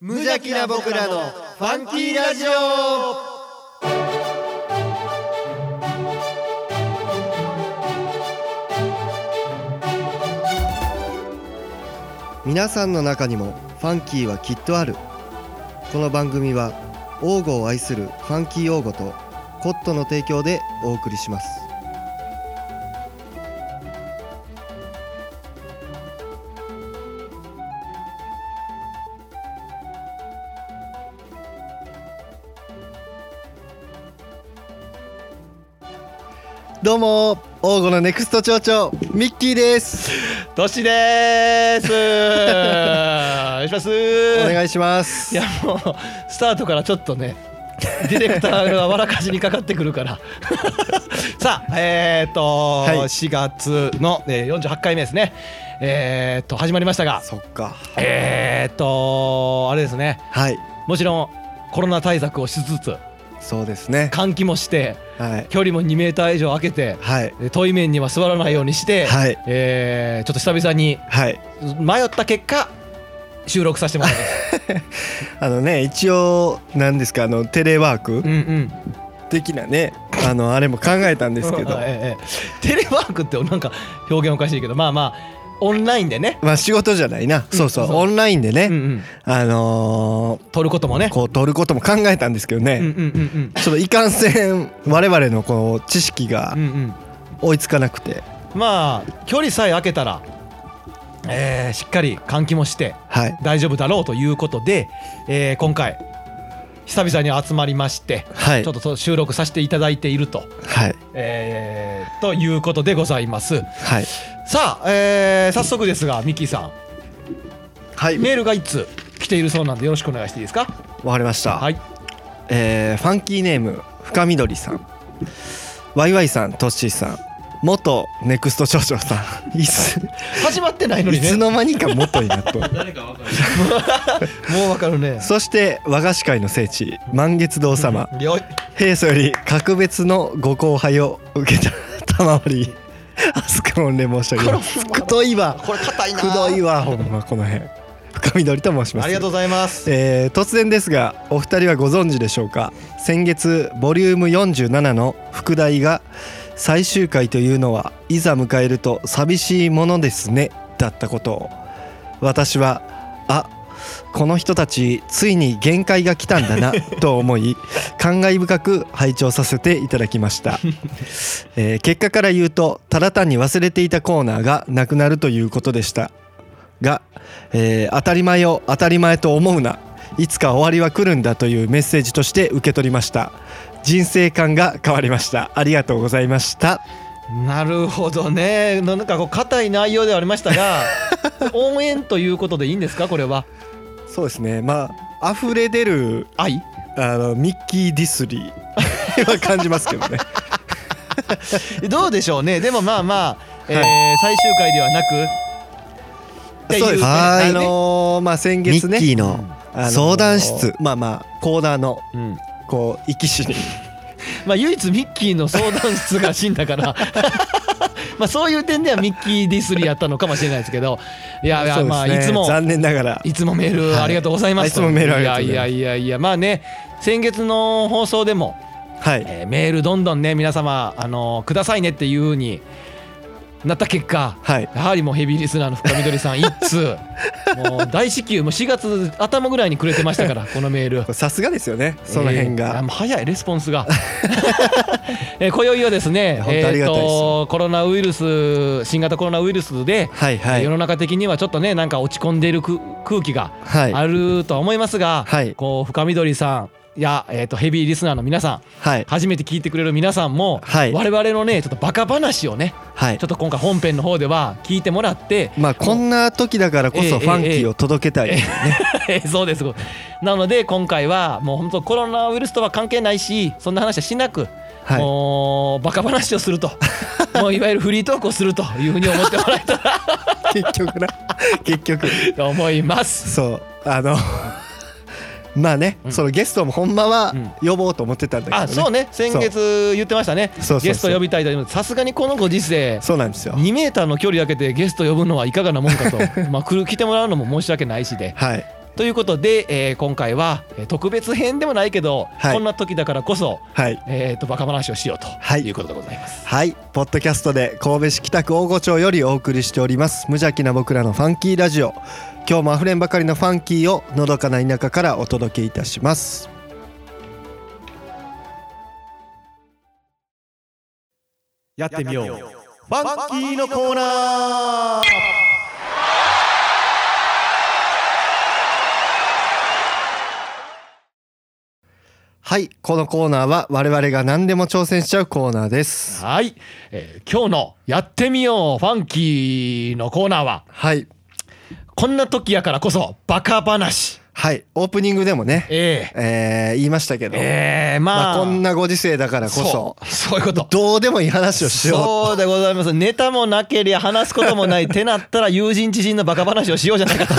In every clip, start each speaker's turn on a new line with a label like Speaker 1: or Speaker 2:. Speaker 1: 無邪気な僕らのファンキーラジオ
Speaker 2: 皆さんの中にもファンキーはきっとあるこの番組は王吾を愛するファンキー王吾とコットの提供でお送りしますどうも王吾のネクスト町長ミッキーです
Speaker 3: トシでーすお願いします
Speaker 2: お
Speaker 3: い
Speaker 2: 願いします
Speaker 3: やもうスタートからちょっとねディレクターがわらかしにかかってくるから さあえっ、ー、と、
Speaker 2: はい
Speaker 3: 4月の、えー、48回目ですねえっ、ー、と始まりましたが
Speaker 2: そっか
Speaker 3: えっ、ー、とあれですね
Speaker 2: はい
Speaker 3: もちろんコロナ対策をしつつ
Speaker 2: そうですね
Speaker 3: 換気もして
Speaker 2: はい
Speaker 3: 距離も2メーター以上空けて
Speaker 2: はい
Speaker 3: で対面には座らないようにして、
Speaker 2: はい
Speaker 3: えーちょっと久々に
Speaker 2: はい
Speaker 3: 迷った結果収録させてもらい ました。
Speaker 2: あのね一応なんですかあのテレワーク
Speaker 3: うんうん。
Speaker 2: 的なねあのあれも考えたんですけど
Speaker 3: ええええテレワークってなんか表現おかしいけどまあまあオンラインでね。
Speaker 2: まあ仕事じゃないなそうそう
Speaker 3: そう
Speaker 2: オンラインで
Speaker 3: うんう
Speaker 2: ね
Speaker 3: ん。
Speaker 2: あの
Speaker 3: 撮ることも
Speaker 2: ー
Speaker 3: ね。
Speaker 2: こう撮ることも考えたんですけど
Speaker 3: うんう
Speaker 2: ね
Speaker 3: んうん
Speaker 2: ちょっといかんせん我々のこう知識が
Speaker 3: うん。うんうん。
Speaker 2: 追いつかなくて
Speaker 3: まあ距離さえ開けたら、えーしっかり換気もして
Speaker 2: はい
Speaker 3: 大丈夫だろうということで、えー今回久々に集まりまして、
Speaker 2: はい
Speaker 3: ちょっとそう収録させていただいていると。
Speaker 2: はい
Speaker 3: えーということでございます。
Speaker 2: はい
Speaker 3: さあ、えー早速ですが、ミッキーさん、
Speaker 2: はい
Speaker 3: メールが1通来ているそうなんでよろしくお願いしていいですか
Speaker 2: わかりました
Speaker 3: はい
Speaker 2: えーファンキーネーム深緑さんワイワイさんトッシーさん元ネクスト少々さ んいつ
Speaker 3: 始まってないの
Speaker 2: い
Speaker 3: にね
Speaker 2: つ
Speaker 3: も
Speaker 2: の間にか元にな っとる
Speaker 3: うわかるね
Speaker 2: そして和菓子界の聖地満月堂様
Speaker 3: よい
Speaker 2: 平素より格別のご後輩を受けた 賜りアスカオンで申し上げますくどいわ
Speaker 3: これ硬いな
Speaker 2: くどいわほんまこの辺深緑と申します
Speaker 3: ありがとうございます
Speaker 2: えー突然ですがお二人はご存知でしょうか先月ボリューム47の副題が「最終回というのはいざ迎えると寂しいものですね」だったことを私は「あこの人たちついに限界が来たんだな」と思い感慨深く拝聴させていただきました、えー結果から言うとただ単に忘れていたコーナーがなくなるということでしたが、えー当たり前を当たり前と思うないつか終わりは来るんだというメッセージとして受け取りました人生観が変わりましたありがとうございました
Speaker 3: なるほどねなんかこう硬い内容ではありました が応援ということでいいんですかこれは
Speaker 2: そうですねまあ溢れ出る
Speaker 3: 愛
Speaker 2: あのミッキーディスリー は感じますけどね
Speaker 3: どうでしょうねでもまあまあ、えー
Speaker 2: は
Speaker 3: 最終回ではなくっていう
Speaker 2: そうですね
Speaker 3: あ
Speaker 2: あ
Speaker 3: の
Speaker 2: のーまあ先月ね
Speaker 4: ミッキー
Speaker 3: うん
Speaker 4: の
Speaker 2: あのー
Speaker 4: 相談室
Speaker 2: まあまあコーナーの
Speaker 3: うん
Speaker 2: こう生き死に
Speaker 3: まあ、唯一ミッキーの相談室が死んだから まあそういう点ではミッキーディスリーやったのかもしれないですけどいやいや、
Speaker 2: そうですね
Speaker 3: まあいつも
Speaker 2: 残念ながら
Speaker 3: いつもメールありがとうございま
Speaker 2: はい
Speaker 3: すと、
Speaker 2: いつもメールありがとうございま
Speaker 3: や
Speaker 2: す
Speaker 3: いやいやいやまあね先月の放送でも、
Speaker 2: はい
Speaker 3: えーメールどんどんね皆様、あのーくださいねっていう風になった結果
Speaker 2: はい
Speaker 3: やはりもうヘビーリスナーの深緑さん1通 もう大至急もう4月頭ぐらいにくれてましたからこのメール
Speaker 2: さすがですよねその辺
Speaker 3: えーあ
Speaker 2: が、
Speaker 3: もう早いレスポンスが。 えー、今宵はですね、
Speaker 2: 本当ありがたいです
Speaker 3: とコロナウイルス新型コロナウイルスで、
Speaker 2: はいはい
Speaker 3: 世の中的にはちょっとねなんか落ち込んでいるく空気が
Speaker 2: はい
Speaker 3: あるとは思いますが、
Speaker 2: はい
Speaker 3: こう深緑さんや、えー、とヘビーリスナーの皆さん
Speaker 2: はい
Speaker 3: 初めて聞いてくれる皆さんも、
Speaker 2: はい
Speaker 3: 我々のねちょっとバカ話をね
Speaker 2: はい
Speaker 3: ちょっと今回本編の方では聞いてもらって、
Speaker 2: まあこんな時だからこ
Speaker 3: ええ
Speaker 2: そファンキーを届けたい、
Speaker 3: えーそうですなので今回はもう本当コロナウイルスとは関係ないしそんな話はしなく、
Speaker 2: はい
Speaker 3: もうバカ話をする ともういわゆるフリートークをするというふうに思ってもらえたら
Speaker 2: 結局 な結局
Speaker 3: と思います。
Speaker 2: そうあの まあね、
Speaker 3: うん
Speaker 2: そのゲストもほんまは
Speaker 3: うん
Speaker 2: 呼ぼうと思ってたんだけど、ね
Speaker 3: あそうね先月言ってましたね
Speaker 2: そうそうそう
Speaker 3: ゲスト呼びたいというさすがにこのご時世
Speaker 2: そうなんですよ
Speaker 3: 2メーターの距離空けてゲスト呼ぶのはいかがなもんかとまあ来る来てもらうのも申し訳ないしで
Speaker 2: はい
Speaker 3: ということで、えー今回はえー特別編でもないけど、
Speaker 2: はい
Speaker 3: こんな時だからこそ、
Speaker 2: はい
Speaker 3: えー、とバカ話をしようと、
Speaker 2: はい
Speaker 3: い、うことでございます。
Speaker 2: はいポッドキャストで神戸市北区大御町よりお送りしております無邪気な僕らのファンキーラジオ今日もあふれんばかりのファンキーをのどかな田舎からお届けいたします
Speaker 3: や
Speaker 1: や
Speaker 3: っ
Speaker 1: ってて
Speaker 3: み
Speaker 1: みよ
Speaker 3: よ
Speaker 1: う
Speaker 3: う。
Speaker 1: ファンキーのコーナー
Speaker 2: はいこのコーナーは我々が何でも挑戦しちゃうコーナーです
Speaker 3: はい、えー今日のやってみようファンキーのコーナーは
Speaker 2: はい
Speaker 3: こんな時やからこそバカ話。
Speaker 2: はいオープニングでもね
Speaker 3: えー
Speaker 2: えー言いましたけど、
Speaker 3: えー
Speaker 2: ま
Speaker 3: まあ、
Speaker 2: あ、こんなご時世だからこそ
Speaker 3: そうそういうこと。
Speaker 2: どうでもいい話をしよ
Speaker 3: そうでございますネタもなけりゃ話すこともないってなったら友人知人のバカ話をしようじゃない かと
Speaker 2: う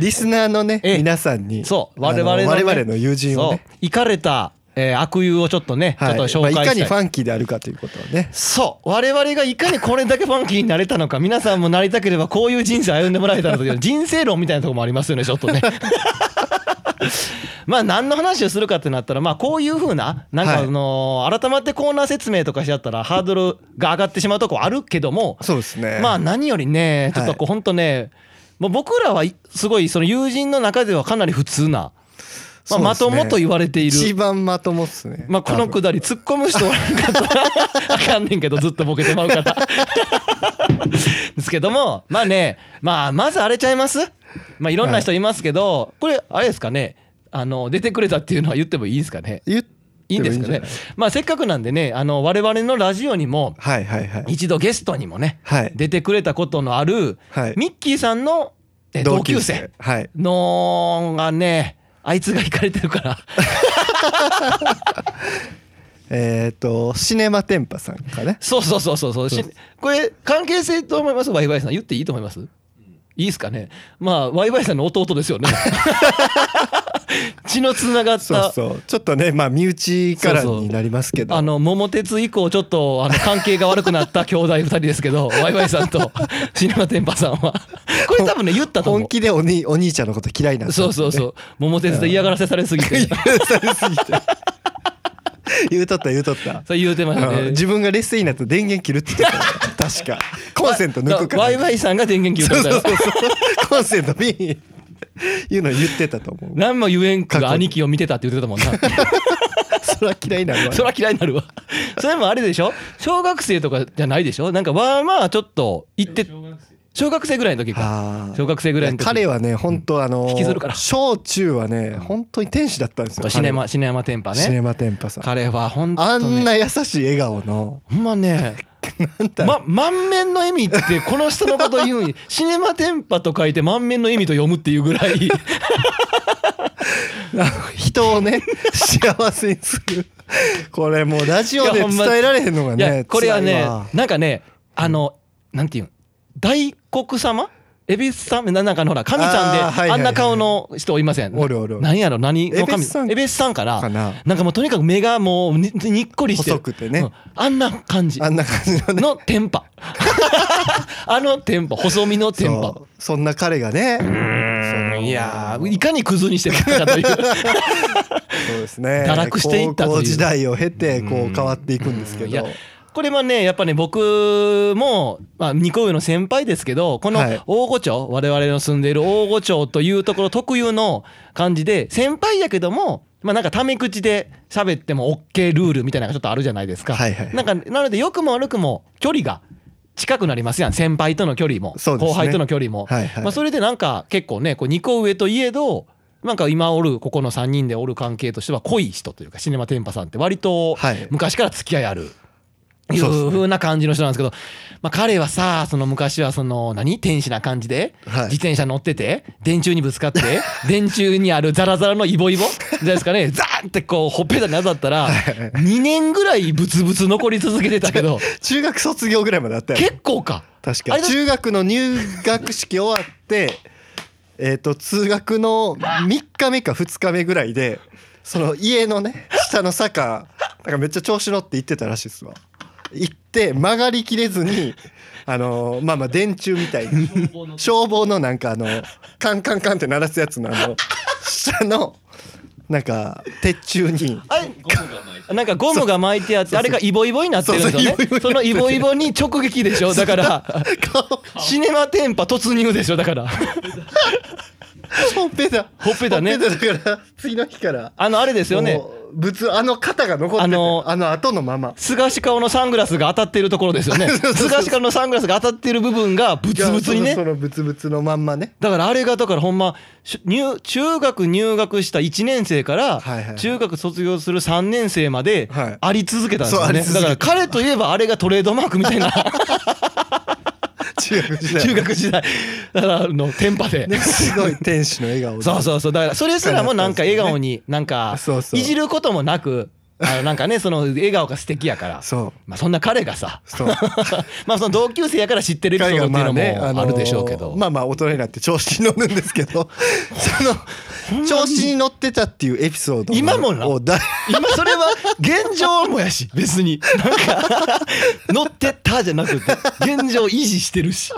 Speaker 2: リスナーのね
Speaker 3: ええ
Speaker 2: 皆さんに
Speaker 3: そう
Speaker 2: あ
Speaker 3: 我々の,、
Speaker 2: 我々の友人をね
Speaker 3: そういかれた、えー悪友をちょっとね、
Speaker 2: はい
Speaker 3: ちょっと紹
Speaker 2: まあ、
Speaker 3: 介
Speaker 2: い
Speaker 3: した
Speaker 2: か
Speaker 3: い,、
Speaker 2: にファンキーであるかということをね
Speaker 3: そう我々がいかにこれだけファンキーになれたのか皆さんもなりたければこういう人生歩んでもらえたらという人生論みたいなところもありますよねちょっとね。 まあ何の話をするかってなったらまあこういうふうななんか
Speaker 2: はい
Speaker 3: あのー改まってコーナー説明とかしちゃったらハードルが上がってしまうとこあるけども
Speaker 2: そうですね
Speaker 3: まあ何よりねちょっと
Speaker 2: は
Speaker 3: こう本当ねもう僕らはいすごいその友人の中ではかなり普通なまあまともと言われている
Speaker 2: 一番まともっすね
Speaker 3: まあ、この
Speaker 2: 多分
Speaker 3: くだり突っ込む人おらんかったらあかんねんけどずっとボケてまうからですけどもまあね、まあ、まずあれちゃいます、まあ、いろんな人いますけど、これあれですかねあの出てくれたっていうのは言ってもいいですかね
Speaker 2: 言っても
Speaker 3: いいんです
Speaker 2: じ
Speaker 3: か
Speaker 2: ゃな
Speaker 3: ねまあせっかくなんでねあの我々のラジオにも
Speaker 2: はいはいはい
Speaker 3: 一度ゲストにもね
Speaker 2: はい
Speaker 3: 出てくれたことのある
Speaker 2: はい
Speaker 3: ミッキーさんのえ同級生
Speaker 2: はい
Speaker 3: のがねあいつが行かれてるから。
Speaker 2: えっ、とシネマテンパさんかね
Speaker 3: そうそうそうそうそう。し
Speaker 2: そう
Speaker 3: これ関係性と思いますワイワイさん言っていいと思います。いいですかね。まあワイワイさんの弟ですよね。血のつながった。
Speaker 2: そうそうちょっとねまあ身内からになりますけど
Speaker 3: あの桃鉄以降ちょっとあの関係が悪くなった兄弟二人です けどワイワイさんとシネマテンパさんはこれ多分ね言ったと思
Speaker 2: 本
Speaker 3: う
Speaker 2: 気でおにお兄ちゃんのこと嫌いなんです
Speaker 3: そうそ うそう桃鉄で嫌がらせされすぎて
Speaker 2: されすぎて言うとった言うとった
Speaker 3: そう言うてました
Speaker 2: うん
Speaker 3: ね
Speaker 2: 自分が劣勢になったら電源切るって言ってたよ確かコンセント抜くから
Speaker 3: ワイワイさんが電源切るみたいな
Speaker 2: そうそうそうコンセントピンいうの言ってたと思う
Speaker 3: 何も言えんが兄貴を見てたって言ってたもんな
Speaker 2: それは嫌いになるわ
Speaker 3: そりゃ嫌いになるわ それもあれでしょ小学生とかじゃないでしょなんかまあまあちょっと行って小学生ぐらいの時か
Speaker 2: あー
Speaker 3: 小学生ぐらいの時
Speaker 2: 彼はね本当あの
Speaker 3: 引きずるから
Speaker 2: 小中はね本当に天使だったんですよ
Speaker 3: シネ
Speaker 2: 彼は
Speaker 3: マシネマテンパ
Speaker 2: シネ
Speaker 3: ね
Speaker 2: マテンパさん
Speaker 3: 彼はほん
Speaker 2: あ
Speaker 3: と
Speaker 2: ん
Speaker 3: ね
Speaker 2: な優しい笑顔の
Speaker 3: ほん まねま満面の笑みってこの人のこと言 うんやシネマテンパと書いて満面の笑みと読むっていうぐらい
Speaker 2: 人をね幸せにするこれもうラジオ
Speaker 3: い
Speaker 2: で
Speaker 3: やほんま
Speaker 2: 伝えられへんのが
Speaker 3: いや
Speaker 2: ね
Speaker 3: これは
Speaker 2: 辛い
Speaker 3: ね
Speaker 2: わ
Speaker 3: なんかねあのなんていうん大黒様恵比寿様ななんかのほら神さんで
Speaker 2: あーはいはいはい
Speaker 3: あんな顔の人おいません
Speaker 2: おるおるおる
Speaker 3: 何やろ何の
Speaker 2: 恵比
Speaker 3: 神
Speaker 2: 寿さん
Speaker 3: 恵比寿さんから
Speaker 2: かな
Speaker 3: なんかもうとにかく目がもうににっこりしてる
Speaker 2: 細くてね
Speaker 3: うんあんな感じ
Speaker 2: あんな感じのね
Speaker 3: のテン パあのテンパ細身のテンパ
Speaker 2: そうそんな彼がねその
Speaker 3: いやーいかにクズにしてたかという
Speaker 2: そうですね
Speaker 3: 堕落していったという
Speaker 2: 高校時代を経てこう変わっていくんですけ
Speaker 3: いや
Speaker 2: ど
Speaker 3: これはねやっぱね僕も、まあ、2個上の先輩ですけどこの
Speaker 2: はい
Speaker 3: 大御町、我々の住んでいる大御町というところ特有の感じで先輩やけどもまあなんかタメ口で喋っても OK ルールみたいなのがちょっとあるじゃないですか。
Speaker 2: はいはい
Speaker 3: なんかなので良くも悪くも距離が近くなりますやん先輩との距離も、
Speaker 2: そうですね
Speaker 3: 後輩との距離も、
Speaker 2: はいはい
Speaker 3: まあ、それでなんか結構ねこう2個上といえどなんか今おるここの3人でおる関係としては濃い人というかシネマテンパさんって割と
Speaker 2: はい
Speaker 3: 昔から付き合いある。い
Speaker 2: そうです
Speaker 3: う
Speaker 2: ね
Speaker 3: 風な感じの人なんですけど、まあ、彼はさその昔はその何天使な感じで
Speaker 2: はい
Speaker 3: 自転車乗ってて電柱にぶ つかって電柱にあるザラザラのイボイボじゃないですかねザーンってこうほっぺたに当たったら2年ぐらいブツブツ残り続けてたけ ど
Speaker 2: 中学卒業ぐらいまであったよね
Speaker 3: 結構か
Speaker 2: 確か
Speaker 3: あれ
Speaker 2: に
Speaker 3: だ
Speaker 2: 中学の入学式終わって えっと通学の3日目か2日目ぐらいでその家のね下の坂なんかめっちゃ調子乗って行ってたらしいっすわ行って曲がりきれずにあのまあまあ電柱みたいに消防のなんかあのカンカンカンって鳴らすやつのあの下のなんか鉄柱に
Speaker 3: なんかゴムが巻いてあってあれがイボイボになってるんですよ
Speaker 2: そうそう
Speaker 3: ねそのイボイボに直撃でしょだから
Speaker 2: 顔
Speaker 3: シネマテンパ突入でしょだから
Speaker 2: ほっぺた
Speaker 3: ほっぺたね
Speaker 2: ほっぺただから次の日から
Speaker 3: あのあれですよね
Speaker 2: もう仏あの肩が残ってて
Speaker 3: あ
Speaker 2: あ
Speaker 3: の
Speaker 2: のあの後のまま
Speaker 3: 菅氏顔のサングラスが当たってるところですよね
Speaker 2: そうそうそう
Speaker 3: 菅氏顔のサングラスが当たってる部分がブツブツに
Speaker 2: いやそ
Speaker 3: ね
Speaker 2: のそのブツブツのまんまね
Speaker 3: だからあれがだからほんまし入中学入学した1年生から
Speaker 2: はいはい
Speaker 3: 中学卒業する3年生まで
Speaker 2: はい
Speaker 3: あり続けたんですよね
Speaker 2: そうあり続
Speaker 3: だ
Speaker 2: け
Speaker 3: か
Speaker 2: た
Speaker 3: ら彼といえばあれがトレードマークみた いな
Speaker 2: 中学時代
Speaker 3: 中学時代だからあのテンパで。
Speaker 2: ねすごい天使の笑顔で
Speaker 3: そうそうそうだからそれすらもなんか笑顔になんか
Speaker 2: そうそう
Speaker 3: いじることもなくあのな んかねその笑顔が素敵やから
Speaker 2: そう
Speaker 3: まあそんな彼がさ
Speaker 2: そう
Speaker 3: まあその同級生やから知ってるエピソードっていうのもあるでしょうけど、
Speaker 2: のーまあまあ大人になって調子に乗るんですけ どその調子に乗ってたっていうエピソードを
Speaker 3: 今もな
Speaker 2: をだ
Speaker 3: 今それは現状もやし別になんか乗ってったじゃなくて現状維持して るし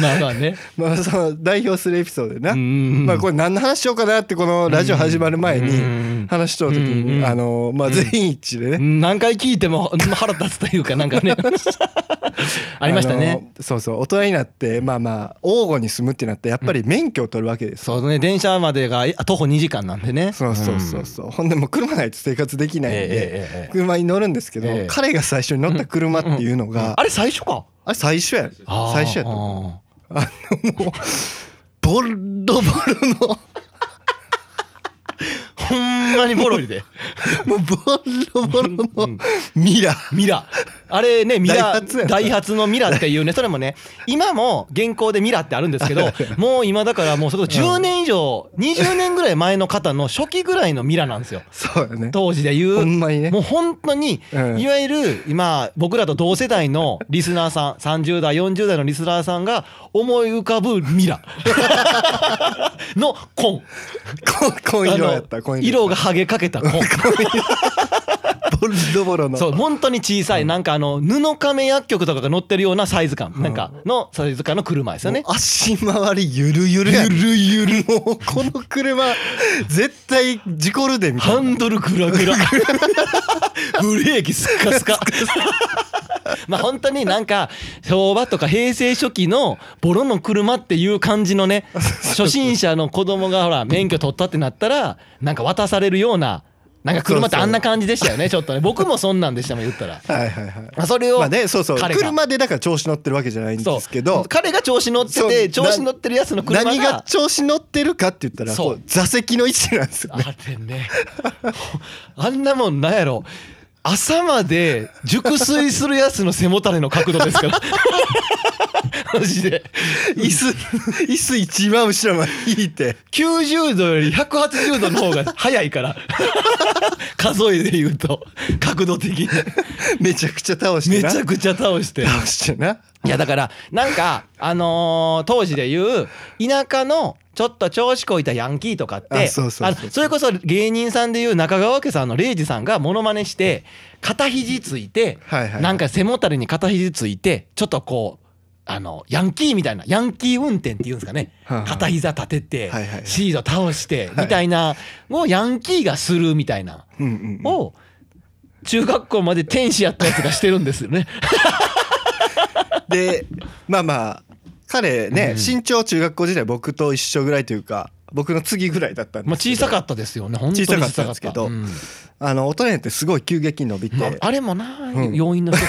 Speaker 3: まあまあね
Speaker 2: まあその代表するエピソードでな、
Speaker 3: うんうんうん
Speaker 2: まあ、これ何の話しようかなってこのラジオ始まる前に話しとる時に、
Speaker 3: うんうん
Speaker 2: あのーまあ、全員一致でね、
Speaker 3: 何回聞いても腹立つというかなん かねありましたね、
Speaker 2: あのそうそう大人になってまあまあ王吾に住むってなったらやっぱり免許を取るわけです、
Speaker 3: そうね電車までがあ徒歩2時間なんでね
Speaker 2: そうそうそうそう、ほんでもう車ないと生活できないんで、
Speaker 3: ええええええ
Speaker 2: 車に乗るんですけど、
Speaker 3: ええ
Speaker 2: 彼が最初に乗った車っていうのが、
Speaker 3: あれ最初か
Speaker 2: あれ最初や最初やと思う
Speaker 3: と
Speaker 2: あのもうボロボロの
Speaker 3: ほんまにボ ロいで
Speaker 2: もうボロボロのミラー
Speaker 3: ミラあれねミ
Speaker 2: ダイ
Speaker 3: ラ
Speaker 2: ハツやん
Speaker 3: ダイハツのミラっていうねそれもね今も現行でミラってあるんです けどもう今だからもうそれこそ10年以上20年ぐらい前の方の初期ぐらいのミラな んですよ
Speaker 2: そうやね
Speaker 3: 当時で言
Speaker 2: ほ
Speaker 3: うん
Speaker 2: まにね
Speaker 3: もう本当に
Speaker 2: うん
Speaker 3: いわゆる今僕らと同世 代のリスナーさん30代40代のリスナーさんが思い浮かぶミラ の紺
Speaker 2: こ紺色やった
Speaker 3: あの
Speaker 2: 紺色
Speaker 3: 色が剥げかけた紺
Speaker 2: ボロボロの
Speaker 3: そう本当に小さいなんかあの布亀薬局とかが乗ってるようなサイズ感なんかのサイズ感の車ですよね
Speaker 2: もう足回りゆるゆるやゆるゆるもうこの車絶対事故るでみた
Speaker 3: ハ
Speaker 2: いな
Speaker 3: ンドルグラ グラブレーキスカスカまあ本当になんか昭和とか平成初期のボロの車っていう感じのね初心者の子供がほら免許取ったってなったらなんか渡されるようななんか車ってあんな感じでしたよねちょっとね僕もそんなんでしたもん言ったら
Speaker 2: はいはいはい
Speaker 3: まあそれを
Speaker 2: まあねそうそう
Speaker 3: 彼が
Speaker 2: 車でだから調子乗ってるわけじゃないん
Speaker 3: そ
Speaker 2: で
Speaker 3: う
Speaker 2: すけど
Speaker 3: 彼が調子乗って
Speaker 2: そう
Speaker 3: て
Speaker 2: な
Speaker 3: 調子乗ってるやつの車が
Speaker 2: 何が調子乗ってるかって言ったら
Speaker 3: そ
Speaker 2: こ
Speaker 3: う
Speaker 2: う座席の位置なんですよね
Speaker 3: あれね あんなもんなんやろ朝まで熟睡するやつの背もたれの角度ですから マジで
Speaker 2: 椅子椅子一番後ろまで引いて
Speaker 3: 90度より180度の方が早いから 数えで言うと角度的に
Speaker 2: めちゃくちゃ倒して
Speaker 3: め
Speaker 2: な
Speaker 3: ちゃくちゃ倒して
Speaker 2: 倒してない
Speaker 3: やだからなんかあのー当時で言う田舎のちょっと調子こいたヤンキーとかって
Speaker 2: あそうそうそう
Speaker 3: あのそれこそ芸人さんでいう中川家さんの礼二さんがモノマネして肩肘ついて
Speaker 2: はいはいはい
Speaker 3: なんか背もたれに肩肘ついてちょっとこうあのヤンキーみたいなヤンキー運転っていうんですかね
Speaker 2: はいはい
Speaker 3: 片膝立てて
Speaker 2: はいはい
Speaker 3: シード倒してみたいなをヤンキーがするみたいな
Speaker 2: うんうんうん
Speaker 3: を中学校まで天使やったやつがしてるんですよね。
Speaker 2: でまあまあ彼ね、
Speaker 3: うん
Speaker 2: 身長中学校時代僕と一緒ぐらいというか僕の次ぐらいだったんですけど、
Speaker 3: まあ、小さかったですよね本当に小さか
Speaker 2: 小
Speaker 3: った
Speaker 2: さかったですけど
Speaker 3: うん
Speaker 2: あの大人になってすごい急激に伸びて、
Speaker 3: まあ、あれもな、
Speaker 2: うん
Speaker 3: 要因の一つ や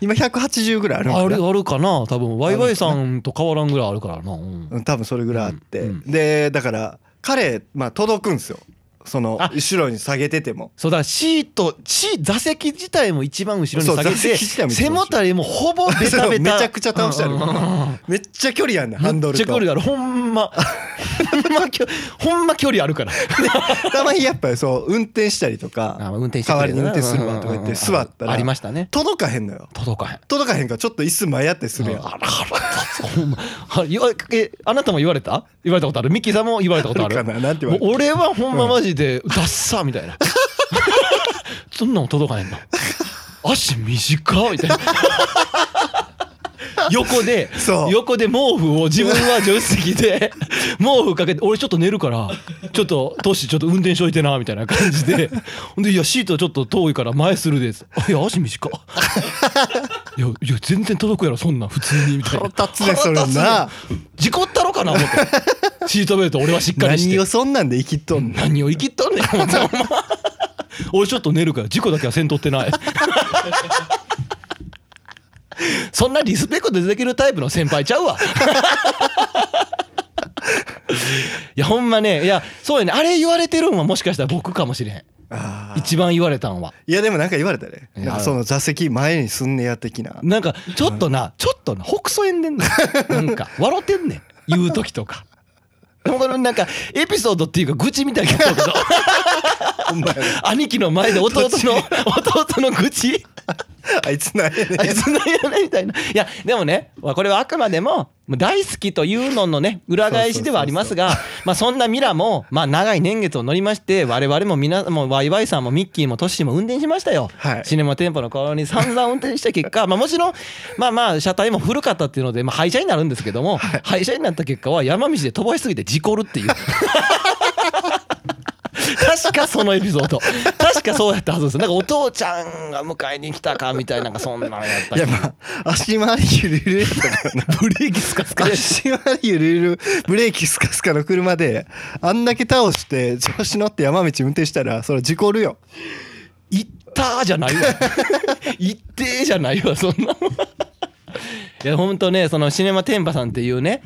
Speaker 2: 今180ぐらいあるん
Speaker 3: な
Speaker 2: か
Speaker 3: あ
Speaker 2: な
Speaker 3: れあるかな多分ワイワイさんと変わらんぐらいあるからな、うん
Speaker 2: うん多分それぐらいあって、
Speaker 3: うん
Speaker 2: でだから彼、まあ、届くんですよその
Speaker 3: あ
Speaker 2: 後ろに下げてても
Speaker 3: そうだからシートシー座席自体も一番後ろに下げ
Speaker 2: そう座
Speaker 3: て
Speaker 2: 席自体も一
Speaker 3: 背
Speaker 2: 番後ろ
Speaker 3: もたれもほぼベタベ
Speaker 2: め
Speaker 3: タ
Speaker 2: ちゃくちゃ倒してある
Speaker 3: うんうんうん
Speaker 2: めっちゃ距離あんねんハンドル
Speaker 3: めっちゃ距離
Speaker 2: と
Speaker 3: あるほん まほんまきょほんま距離あるから
Speaker 2: たまにやっぱりそう運転したりと
Speaker 3: あ
Speaker 2: か
Speaker 3: 運転して
Speaker 2: 代
Speaker 3: く
Speaker 2: わ
Speaker 3: れ
Speaker 2: りに
Speaker 3: る
Speaker 2: 運
Speaker 3: な
Speaker 2: 転するわとか言っ
Speaker 3: うんうんう
Speaker 2: て
Speaker 3: ん
Speaker 2: 座ったら
Speaker 3: ありましたね
Speaker 2: 届かへんのよ
Speaker 3: 届かへん
Speaker 2: 届かへんからちょっと椅子前やってするやん
Speaker 3: あらあらほんまあ言わえあなたも言われた言われたことあるミッキーさんも言われたことある
Speaker 2: あるかななんて言われた
Speaker 3: もう俺はほんまマジでダッサーみたいなそんなん届かへんの足短っみたいな横で
Speaker 2: そう
Speaker 3: 横で毛布を自分は助手席で毛布かけて俺ちょっと寝るからちょっとトシちょっと運転しといてなみたいな感じでほんで「いやシートちょっと遠いから前するです」あ「いや足短っいやいや全然届くやろそんなん普通に」みたいな
Speaker 2: 腹立つねそれな
Speaker 3: 事故ったろかな思ってシートベルト俺はしっかりして
Speaker 2: 何をそんなんで生きとんの
Speaker 3: 何を生きっとんねんほんま俺ちょっと寝るから事故だけはせんとってないそんなリスペクトできるタイプの先輩ちゃうわいやほんまねいやそうやねあれ言われてるんはもしかしたら僕かもしれへん
Speaker 2: あー
Speaker 3: 一番言われたんはい
Speaker 2: やでもなんか言われたね
Speaker 3: いや
Speaker 2: なんかその座席前にすんねや的な
Speaker 3: なんかちょっとなちょっとなほくそえんねんななんか笑ってんねん言う時とかでもこれなんかエピソードっていうか愚痴みたいになったけど
Speaker 2: ほんまやね
Speaker 3: 兄貴の前 で弟の弟の愚痴
Speaker 2: あいつなんやねん
Speaker 3: あいつなんやねみたいないやでもねまあこれはあくまでももう大好きというののね裏返しではありますがまあそんなミラもまあ長い年月を乗りまして我々もみなもうワイワイさんもミッキーもトッシーも運転しましたよ、
Speaker 2: はい
Speaker 3: シネマテンポの顔に散々運転した結果まあもちろんまあまあ車体も古かったっていうのでまあ廃車になるんですけども廃車になった結果は山道で飛ばしすぎて事故るっていう 確かそのエピソード確かそうやったはずですなんかお父ちゃんが迎えに来たかみたいななんかそんなんやった
Speaker 2: いやまあ足回りゆるゆるやったからなブレーキ
Speaker 3: スカスカで
Speaker 2: 足回りゆるゆるブレーキスカスカの車であんだけ倒して調子乗って山道運転したらそれ事故るよ
Speaker 3: 行ったーじ ゃないわ行ってーじゃないわそんなもんいやほんとねそのシネマテンパさんっていうね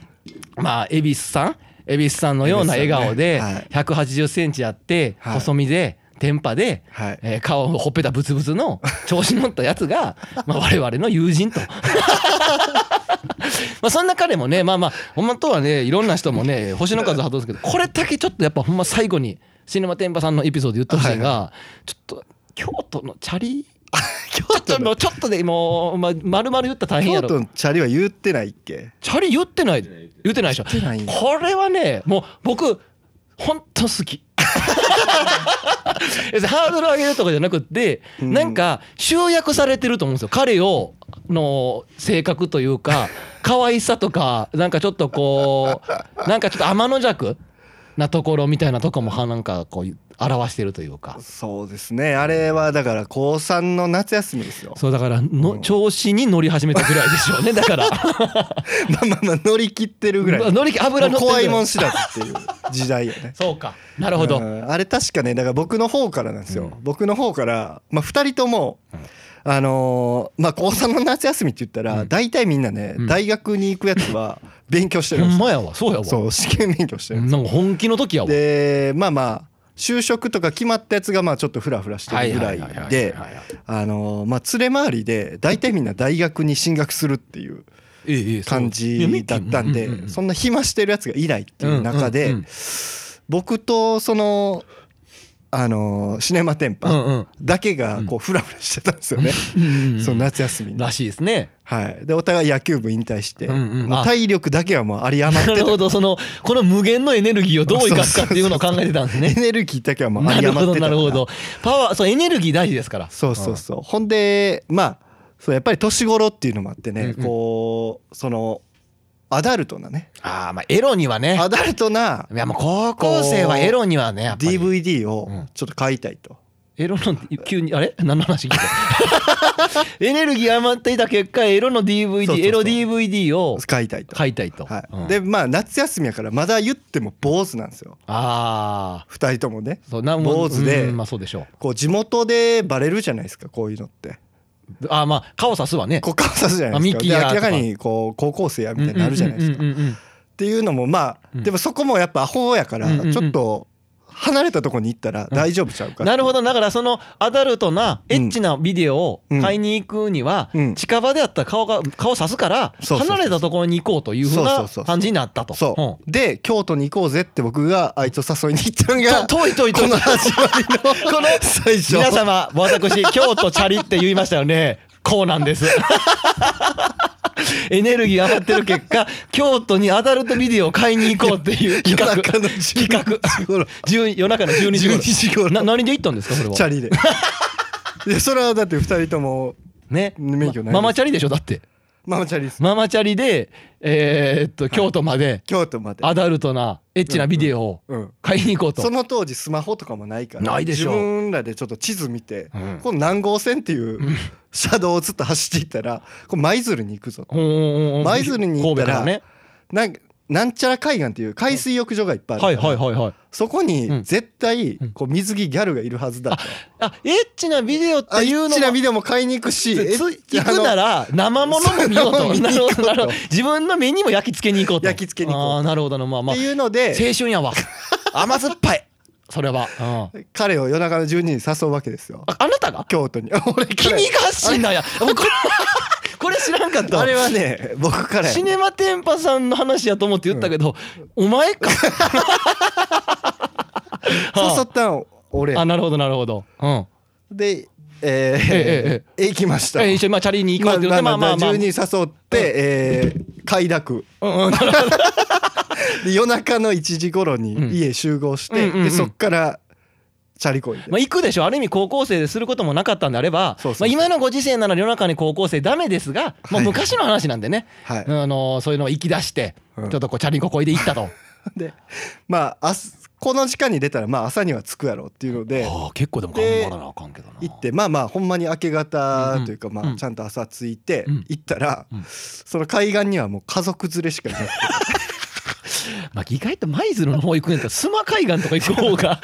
Speaker 3: まあ恵比寿さん恵比寿さんのような笑顔
Speaker 2: 恵
Speaker 3: で
Speaker 2: 比寿さんね
Speaker 3: 1 8 0ンチあって
Speaker 2: はい
Speaker 3: 細身で天パで、
Speaker 2: はい
Speaker 3: えー顔をほっぺたブツブツの調子乗ったや つがまあ我々の友人と。まあそんな彼もねまあまあほんまとはねいろんな人もね星の数はどうですけどこれだけちょっとやっぱほんま最後にシネマテンパさんのエピソード言ってほしいのが、ちょっと京都のチャリ 京都のちょっとでもうま丸々言ったら大変や
Speaker 2: 京
Speaker 3: ろ
Speaker 2: 都のチャリは言ってないっけ
Speaker 3: チャリ言ってない言ってないでしょ
Speaker 2: 言ってないんや
Speaker 3: これはねもう僕ほんと好 き別にハードル上げるとかじゃなくって
Speaker 2: うん
Speaker 3: なんか集約されてると思うんですよ彼をの性格とい うか可愛さとかなんかちょっとこうなんかちょっと天の弱なところみたいなとこもはなんかこう表してるというか
Speaker 2: そうですねあれはだから高3の夏休みですよ
Speaker 3: そうだからの調子に乗り始めたぐらいでしょうねだから
Speaker 2: まあまあまあ乗り切ってるぐらい
Speaker 3: 乗り気油乗ってるぐら
Speaker 2: 怖いもん知らずっていう時代よね
Speaker 3: そうかなるほど、
Speaker 2: うんあれ確かねだから僕の方からなんですよ、
Speaker 3: うん
Speaker 2: 僕の方から、まあ、2人とも、あのーまあ高3の夏休みって言ったら、
Speaker 3: うん
Speaker 2: 大体みんなね、
Speaker 3: うん
Speaker 2: 大学に行くやつは勉強してる
Speaker 3: ほ
Speaker 2: んで
Speaker 3: ん
Speaker 2: すよ
Speaker 3: まやわそうやわ
Speaker 2: そう試験勉強してるんです
Speaker 3: なんか本気の時やわ
Speaker 2: でまあまあ就職とか決まったやつがまあちょっとフラフラしてるぐらいであのーまあ連れ回りで大体みんな大学に進学するっていう感じだったんでそんな暇してるやつがいないっていう中で僕とそのあのーシネマテンパだけがこうフラフラしてたんですよね、その
Speaker 3: な
Speaker 2: 夏休みに。
Speaker 3: らしいですね
Speaker 2: はい、でお互い野球部引退して、
Speaker 3: うんうん
Speaker 2: もう
Speaker 3: あ
Speaker 2: 体力だけはもうあり余っ
Speaker 3: な
Speaker 2: てた
Speaker 3: るほどそのこの無限のエネルギーをどう生かすかっていうのを考えてたんです
Speaker 2: エ
Speaker 3: ね
Speaker 2: ネルギーだけは もうあ
Speaker 3: な
Speaker 2: り
Speaker 3: るほ
Speaker 2: 余って
Speaker 3: ど
Speaker 2: た
Speaker 3: な
Speaker 2: か
Speaker 3: る
Speaker 2: ら
Speaker 3: ほどパワーそうエネルギー大事ですから
Speaker 2: そうそうそう、ほんでまあそうやっぱり年頃っていうのもあってね、
Speaker 3: うんうん
Speaker 2: こうそのアダルトなね
Speaker 3: ああまあエロにはね
Speaker 2: アダルトない
Speaker 3: やもう高校生はエロにはねやっぱり
Speaker 2: DVD
Speaker 3: う
Speaker 2: を
Speaker 3: ん
Speaker 2: ちょっと買いたいと、
Speaker 3: エロの急にあれ何の話 聞いたエネルギー余っていた結果エロの
Speaker 2: そうそう
Speaker 3: DVD
Speaker 2: そう
Speaker 3: エロ DVD を
Speaker 2: 買いたいと、
Speaker 3: 買いたいと
Speaker 2: はい
Speaker 3: うん
Speaker 2: でまあ夏休みやからまだ言っても坊主なんですよ
Speaker 3: ああ
Speaker 2: 2人ともね
Speaker 3: そうなんも
Speaker 2: 坊主で
Speaker 3: うんまあそうでしょ
Speaker 2: こう地元でバレるじゃないですかこういうのって
Speaker 3: うあーまあ顔さすわね
Speaker 2: こう顔さすじゃない
Speaker 3: あ
Speaker 2: で
Speaker 3: ミ
Speaker 2: す
Speaker 3: ッ
Speaker 2: か
Speaker 3: キ
Speaker 2: で
Speaker 3: ー
Speaker 2: 明
Speaker 3: や
Speaker 2: らか
Speaker 3: とか
Speaker 2: にこう高校生やみたいになるじゃないですか
Speaker 3: うんうんうんうん
Speaker 2: っていうのもまあ
Speaker 3: うん
Speaker 2: でもそこもやっぱアホやから
Speaker 3: うんうんうん
Speaker 2: ちょっと離れたとこに行ったら大丈夫ちゃうか
Speaker 3: な
Speaker 2: ら
Speaker 3: るほどだからそのアダルトなエッチなビデオを買いに行くには
Speaker 2: うん
Speaker 3: 近場であったら顔が顔さすから
Speaker 2: そうそうそう
Speaker 3: 離れたところに行こうというふう
Speaker 2: そうそう
Speaker 3: な
Speaker 2: そうそう
Speaker 3: 感じになったと
Speaker 2: そう、で京都に行こうぜって僕があいつを誘いに行ったの
Speaker 3: うんと
Speaker 2: が
Speaker 3: 遠い遠い遠
Speaker 2: こ
Speaker 3: い
Speaker 2: の始まりのこの最初
Speaker 3: 皆様私京都チャリって言いましたよねこうなんです エネルギー上がってる結果京都にアダルトビデオを買いに行こうっていう企画
Speaker 2: 夜中の
Speaker 3: 企画
Speaker 2: 頃
Speaker 3: 10夜中の12時頃
Speaker 2: 12時頃
Speaker 3: な何で行ったんですかそれは
Speaker 2: チャリでいやそれはだって二人とも
Speaker 3: ね
Speaker 2: 免許ないです
Speaker 3: まママチャリでしょだって
Speaker 2: ママチャリです
Speaker 3: ママチャリでえーっと京都まで
Speaker 2: 京都まで
Speaker 3: アダルトなエッチなビデオを
Speaker 2: うん
Speaker 3: 買いに行こうと、
Speaker 2: その当時スマホとかもないから
Speaker 3: ないでしょ
Speaker 2: 自分らでちょっと地図見て、
Speaker 3: うん
Speaker 2: この南郷線っていう
Speaker 3: うん
Speaker 2: 車道をずっと走っていったらこう舞鶴に行くぞ
Speaker 3: うんうんうん
Speaker 2: 舞鶴に行ったら
Speaker 3: 神戸ね
Speaker 2: なんかなんちゃら海岸っていう海水浴場がいっぱいあるか
Speaker 3: はい
Speaker 2: ら、
Speaker 3: はいはいはい
Speaker 2: そこ
Speaker 3: うん
Speaker 2: に絶対
Speaker 3: うん
Speaker 2: こう水着ギャルがいるはずだと、
Speaker 3: あエッチなビデオって
Speaker 2: あ
Speaker 3: い
Speaker 2: いうう
Speaker 3: の
Speaker 2: ちな
Speaker 3: は
Speaker 2: ビデオも買いに行くし
Speaker 3: つ
Speaker 2: え
Speaker 3: 行くな
Speaker 2: あの
Speaker 3: ら生ものも見よ
Speaker 2: 生も
Speaker 3: う
Speaker 2: の
Speaker 3: と
Speaker 2: も見
Speaker 3: な
Speaker 2: に
Speaker 3: る
Speaker 2: 行こうと
Speaker 3: ほどなるほど自分の目にも焼き付けに行こうと
Speaker 2: 焼き付けに行こう
Speaker 3: あーなるほどなまあま
Speaker 2: っ
Speaker 3: あ
Speaker 2: ていうので
Speaker 3: 青春やわ甘酸っぱいそれ は、うん
Speaker 2: 彼を夜中の12時に誘うわけですよ
Speaker 3: ああなたが
Speaker 2: 京都に 俺か
Speaker 3: 君
Speaker 2: ら
Speaker 3: が発信なんやもうこれこれ知らんかった
Speaker 2: あれはね僕からや
Speaker 3: シネマテンパさんの話やと思って言ったけど、お前か
Speaker 2: 誘ったの俺
Speaker 3: あなるほどなるほどうん
Speaker 2: でえ
Speaker 3: ええ
Speaker 2: ー行きました
Speaker 3: え一緒にまあチャリに行
Speaker 2: ま
Speaker 3: こう
Speaker 2: あ
Speaker 3: って言っ
Speaker 2: ま
Speaker 3: て
Speaker 2: あ
Speaker 3: まあま
Speaker 2: ま
Speaker 3: あ
Speaker 2: あ
Speaker 3: まあ
Speaker 2: 12誘ってえー快諾
Speaker 3: うんうんなるほど
Speaker 2: で夜中の1時頃
Speaker 3: うん
Speaker 2: に家集合し
Speaker 3: う
Speaker 2: て
Speaker 3: んうんうん
Speaker 2: でそっからチャリこいで
Speaker 3: まあ行くでしょある意味高校生ですることもなかったんであれば
Speaker 2: そうそうそ
Speaker 3: まあ、
Speaker 2: う
Speaker 3: 今のご時世なら夜中に高校生ダメですが、まあ、
Speaker 2: はい
Speaker 3: 昔の話なんでね、
Speaker 2: はい
Speaker 3: あのそういうのを行き出して、
Speaker 2: うん
Speaker 3: ちょっとこうチャリンコこいで行ったと
Speaker 2: でまあ明日この時間に出たらまあ朝には着くやろうっていうので
Speaker 3: あ結構でも
Speaker 2: 頑張ら
Speaker 3: なあかんけどな
Speaker 2: 行ってまあまあほんまに明け方というか
Speaker 3: ん
Speaker 2: ま
Speaker 3: う
Speaker 2: あ
Speaker 3: ん
Speaker 2: ちゃんと朝着いて
Speaker 3: うん
Speaker 2: 行ったら
Speaker 3: うん
Speaker 2: その海岸にはもう家族連れしかい なくて
Speaker 3: まあ、意外と舞鶴の方行くんやったら須磨海岸とか行く 方が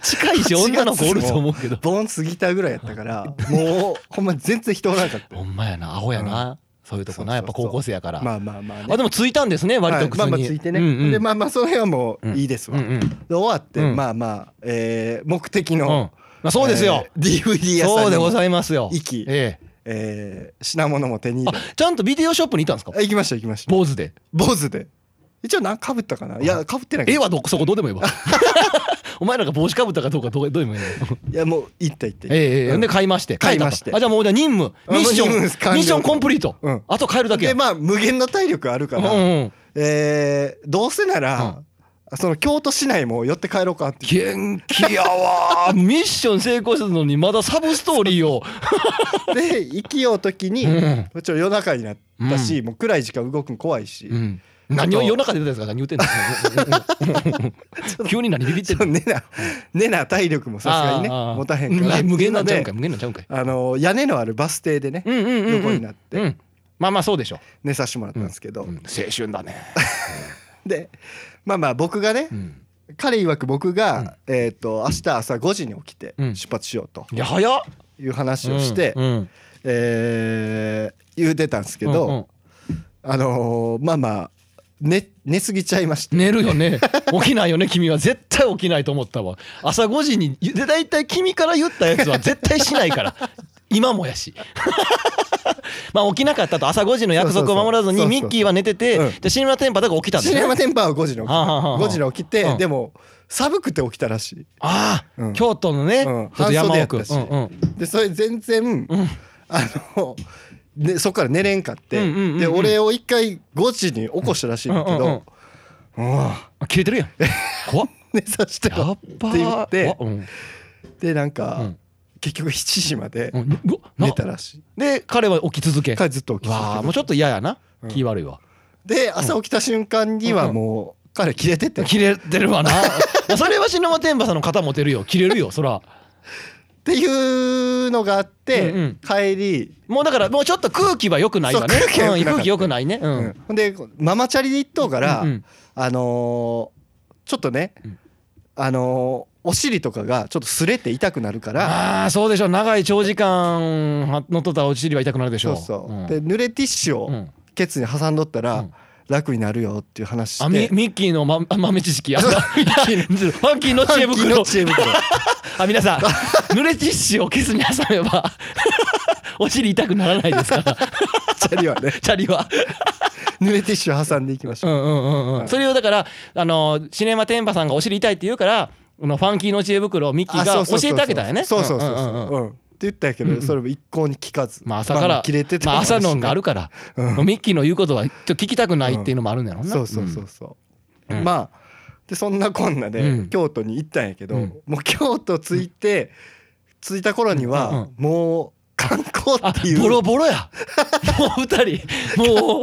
Speaker 3: 近いし女の子おると思うけど
Speaker 2: 盆過ぎたぐらいやった からもうほんまに全然人おらなかっ
Speaker 3: ほんまやなアホやな、そういうとこなやっぱ高校生やから、
Speaker 2: たまあまあまあね
Speaker 3: あでも着いたんですね割と普通に、
Speaker 2: はいまあまあついてね、
Speaker 3: うんうん
Speaker 2: でまあまあその辺はもういいです
Speaker 3: うん
Speaker 2: わ、
Speaker 3: うん
Speaker 2: で終わって、
Speaker 3: うん
Speaker 2: まあまあ、えー目的
Speaker 3: うん
Speaker 2: の
Speaker 3: ま、あ、そうですよ、
Speaker 2: えー DVD 屋さ
Speaker 3: そ
Speaker 2: ん
Speaker 3: うでご
Speaker 2: に、
Speaker 3: ざいますよ
Speaker 2: 行き
Speaker 3: ええ
Speaker 2: えー品物も手に入
Speaker 3: あ
Speaker 2: れ
Speaker 3: ちゃんとビデオショップにいたんですか
Speaker 2: あ行きました行きました
Speaker 3: 坊主で
Speaker 2: 坊主で一応何かぶったかないやかぶってないけ
Speaker 3: 絵
Speaker 2: ど
Speaker 3: はどそこどうでもいいわ お前らが帽子かぶったかどうかどうどうでもいいわ
Speaker 2: いやもう行った行った行った
Speaker 3: ええええ
Speaker 2: うん
Speaker 3: で買いまして
Speaker 2: 買いまして
Speaker 3: 買ったとあじゃあもうじゃあ任務
Speaker 2: あもう
Speaker 3: ミッシ
Speaker 2: 任
Speaker 3: ョン
Speaker 2: 務
Speaker 3: ミ
Speaker 2: です完了
Speaker 3: ッションコンプリート、
Speaker 2: うん
Speaker 3: あと帰るだけ
Speaker 2: でまあ無限の体力あるから、
Speaker 3: うんうん
Speaker 2: えーどうせなら、その京都市内も寄って帰ろうかっていう
Speaker 3: 元気やわーミッション成功したのにまだサブストーリーを
Speaker 2: で行きようときに、
Speaker 3: うん
Speaker 2: もちろん夜中になったし、もう暗い時間動くの怖いし、
Speaker 3: うん何を夜中で出たんですか何言ってん の急に何ビビってんの
Speaker 2: ねな、ねな体力もさすがにね、
Speaker 3: あーあー
Speaker 2: 持たへんから。
Speaker 3: うん無限なんちゃうん
Speaker 2: で
Speaker 3: かい、無限なんちゃうんかい
Speaker 2: あの屋根のあるバス停でね、
Speaker 3: うんうんうん
Speaker 2: 横
Speaker 3: う
Speaker 2: に
Speaker 3: ん
Speaker 2: なって
Speaker 3: うんまあまあそうでしょ
Speaker 2: 寝させてもらったんですけど
Speaker 3: う、ん青春だね
Speaker 2: で、まあまあ僕がね
Speaker 3: う、ん
Speaker 2: 彼曰く僕が、えっと、明日朝5時に起きて
Speaker 3: うん
Speaker 2: 出発しようと
Speaker 3: いや早っ
Speaker 2: いう話をして
Speaker 3: う、んうん
Speaker 2: えー言うてたんですけ
Speaker 3: うんうん
Speaker 2: ど、あのー、まあまあ、寝、寝すぎちゃいまして。
Speaker 3: 寝るよね 起きないよね君は絶対起きないと思ったわ朝5時にで大体君から言ったやつは絶対しないから今もやし まあ起きなかったと朝5時の約束を守らず
Speaker 2: そう
Speaker 3: に
Speaker 2: そうそう
Speaker 3: ミッキーは寝てて
Speaker 2: うん
Speaker 3: でシネマテンパだから起きたんです
Speaker 2: シネマ
Speaker 3: ね
Speaker 2: テンパは5時に起き
Speaker 3: はあはあはあ
Speaker 2: た。5時に起きて、
Speaker 3: うん
Speaker 2: でも、寒くて起きたらしい。
Speaker 3: ああ、
Speaker 2: うん
Speaker 3: 京都のね、
Speaker 2: うん
Speaker 3: ちょっと山奥
Speaker 2: 半袖
Speaker 3: う
Speaker 2: や
Speaker 3: ん
Speaker 2: っ
Speaker 3: う
Speaker 2: た
Speaker 3: ん
Speaker 2: で、それ全然、
Speaker 3: うん
Speaker 2: あの、ね、そこから寝れんかって、
Speaker 3: うんうんうんうん
Speaker 2: で俺を一回5時に起こしたらしいんだけど「うん
Speaker 3: あ切れ てるやん怖っ
Speaker 2: 寝させて
Speaker 3: や
Speaker 2: よ
Speaker 3: っばー
Speaker 2: って言って
Speaker 3: 怖うん
Speaker 2: でなんか、
Speaker 3: うん
Speaker 2: 結局7時まで
Speaker 3: うんうわな
Speaker 2: 寝たらしい
Speaker 3: で彼は起き続け
Speaker 2: 彼ずっと起きて
Speaker 3: わあもうちょっと嫌やな、気悪いわ
Speaker 2: で朝起きた瞬間にはもう彼切れてて、っ
Speaker 3: 切れてるわないやそれは篠間天馬さんの肩持てるよ切れるよそら
Speaker 2: ていうのがあって、
Speaker 3: うんうん
Speaker 2: 帰り、
Speaker 3: もうだからもうちょっと空気は良くないわね
Speaker 2: そう空気は良くなかった
Speaker 3: うん空気良くないねうん、
Speaker 2: うんほんでママチャリで行っとうから、
Speaker 3: うんうん
Speaker 2: あのーちょっとね、
Speaker 3: ん
Speaker 2: あのーお尻とかがちょっと擦れて痛くなるから。
Speaker 3: ああそうでしょう長い長時間は乗っとったらお尻は痛くなるでし
Speaker 2: そ
Speaker 3: ょ
Speaker 2: うそう、
Speaker 3: ん
Speaker 2: で濡れティッシュ
Speaker 3: う
Speaker 2: を
Speaker 3: ん
Speaker 2: ケツに挟んどった
Speaker 3: う
Speaker 2: ら
Speaker 3: ん
Speaker 2: 楽になるよっていう話して、
Speaker 3: あみミッキーの、ま、 豆知識あファンキーの知恵
Speaker 2: キー
Speaker 3: 袋
Speaker 2: の知恵袋
Speaker 3: あ皆さん濡れティッシュをケツに挟めば お尻痛くならないですから
Speaker 2: チャリはね
Speaker 3: チャリは。
Speaker 2: 濡れティッシュ挟んでいきまし
Speaker 3: う
Speaker 2: ょう、
Speaker 3: んうんうんう
Speaker 2: は
Speaker 3: ん、
Speaker 2: い
Speaker 3: それをだから、あのシネマテンパさんがお尻痛いって言うからあのファンキーの知恵袋をミッキー
Speaker 2: あそ
Speaker 3: が
Speaker 2: うそうそう
Speaker 3: 教えてあげたんやね
Speaker 2: そうそうそうそ
Speaker 3: んんん
Speaker 2: うんうんって言ったけど、それも一向に聞かず
Speaker 3: まあ朝から、まあ
Speaker 2: 切れてて
Speaker 3: 朝のんがある
Speaker 2: か
Speaker 3: から、ミッキーの言うことはちょっと聞きたくないっていうのもあるんだろうな、
Speaker 2: そうそうそううんそう、まあでそんなこんなで、
Speaker 3: うん
Speaker 2: 京都に行ったんやけど、
Speaker 3: うん
Speaker 2: もう京都着いて、着いた頃に
Speaker 3: うんう
Speaker 2: は
Speaker 3: ん
Speaker 2: もう観光
Speaker 3: あ
Speaker 2: ってい
Speaker 3: ボロ
Speaker 2: う
Speaker 3: ボロやもう二人もう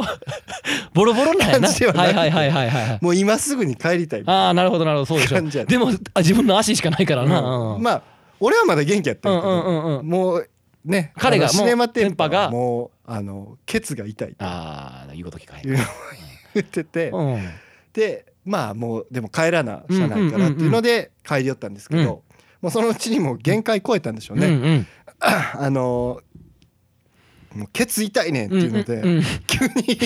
Speaker 3: ボロボロなんやな
Speaker 2: 感じではな
Speaker 3: は
Speaker 2: く
Speaker 3: い
Speaker 2: て
Speaker 3: はいはいはいはい
Speaker 2: もう今すぐに帰りたい
Speaker 3: ああなるほどなるほどそうでし
Speaker 2: 感じや
Speaker 3: ょ
Speaker 2: ね
Speaker 3: でもあ自分の足しかないからな、うん
Speaker 2: まあ俺はまだ元気やったんやけ
Speaker 3: うんうんうんう
Speaker 2: ど
Speaker 3: ん
Speaker 2: もうね
Speaker 3: 彼が
Speaker 2: あのシネマテンパが
Speaker 3: も
Speaker 2: もうあのケツが痛いって
Speaker 3: ああ言うこと聞かへん
Speaker 2: いうのを言ってて
Speaker 3: うんうん
Speaker 2: でまあもうでも帰らなしゃあないからっていうので帰り寄ったんですけど、
Speaker 3: うん
Speaker 2: もうそのうちにもう限界超えたんでしょう
Speaker 3: う
Speaker 2: ね、
Speaker 3: ん
Speaker 2: あのもうケツ痛いねんって
Speaker 3: うん
Speaker 2: いうので、
Speaker 3: うん
Speaker 2: 急に、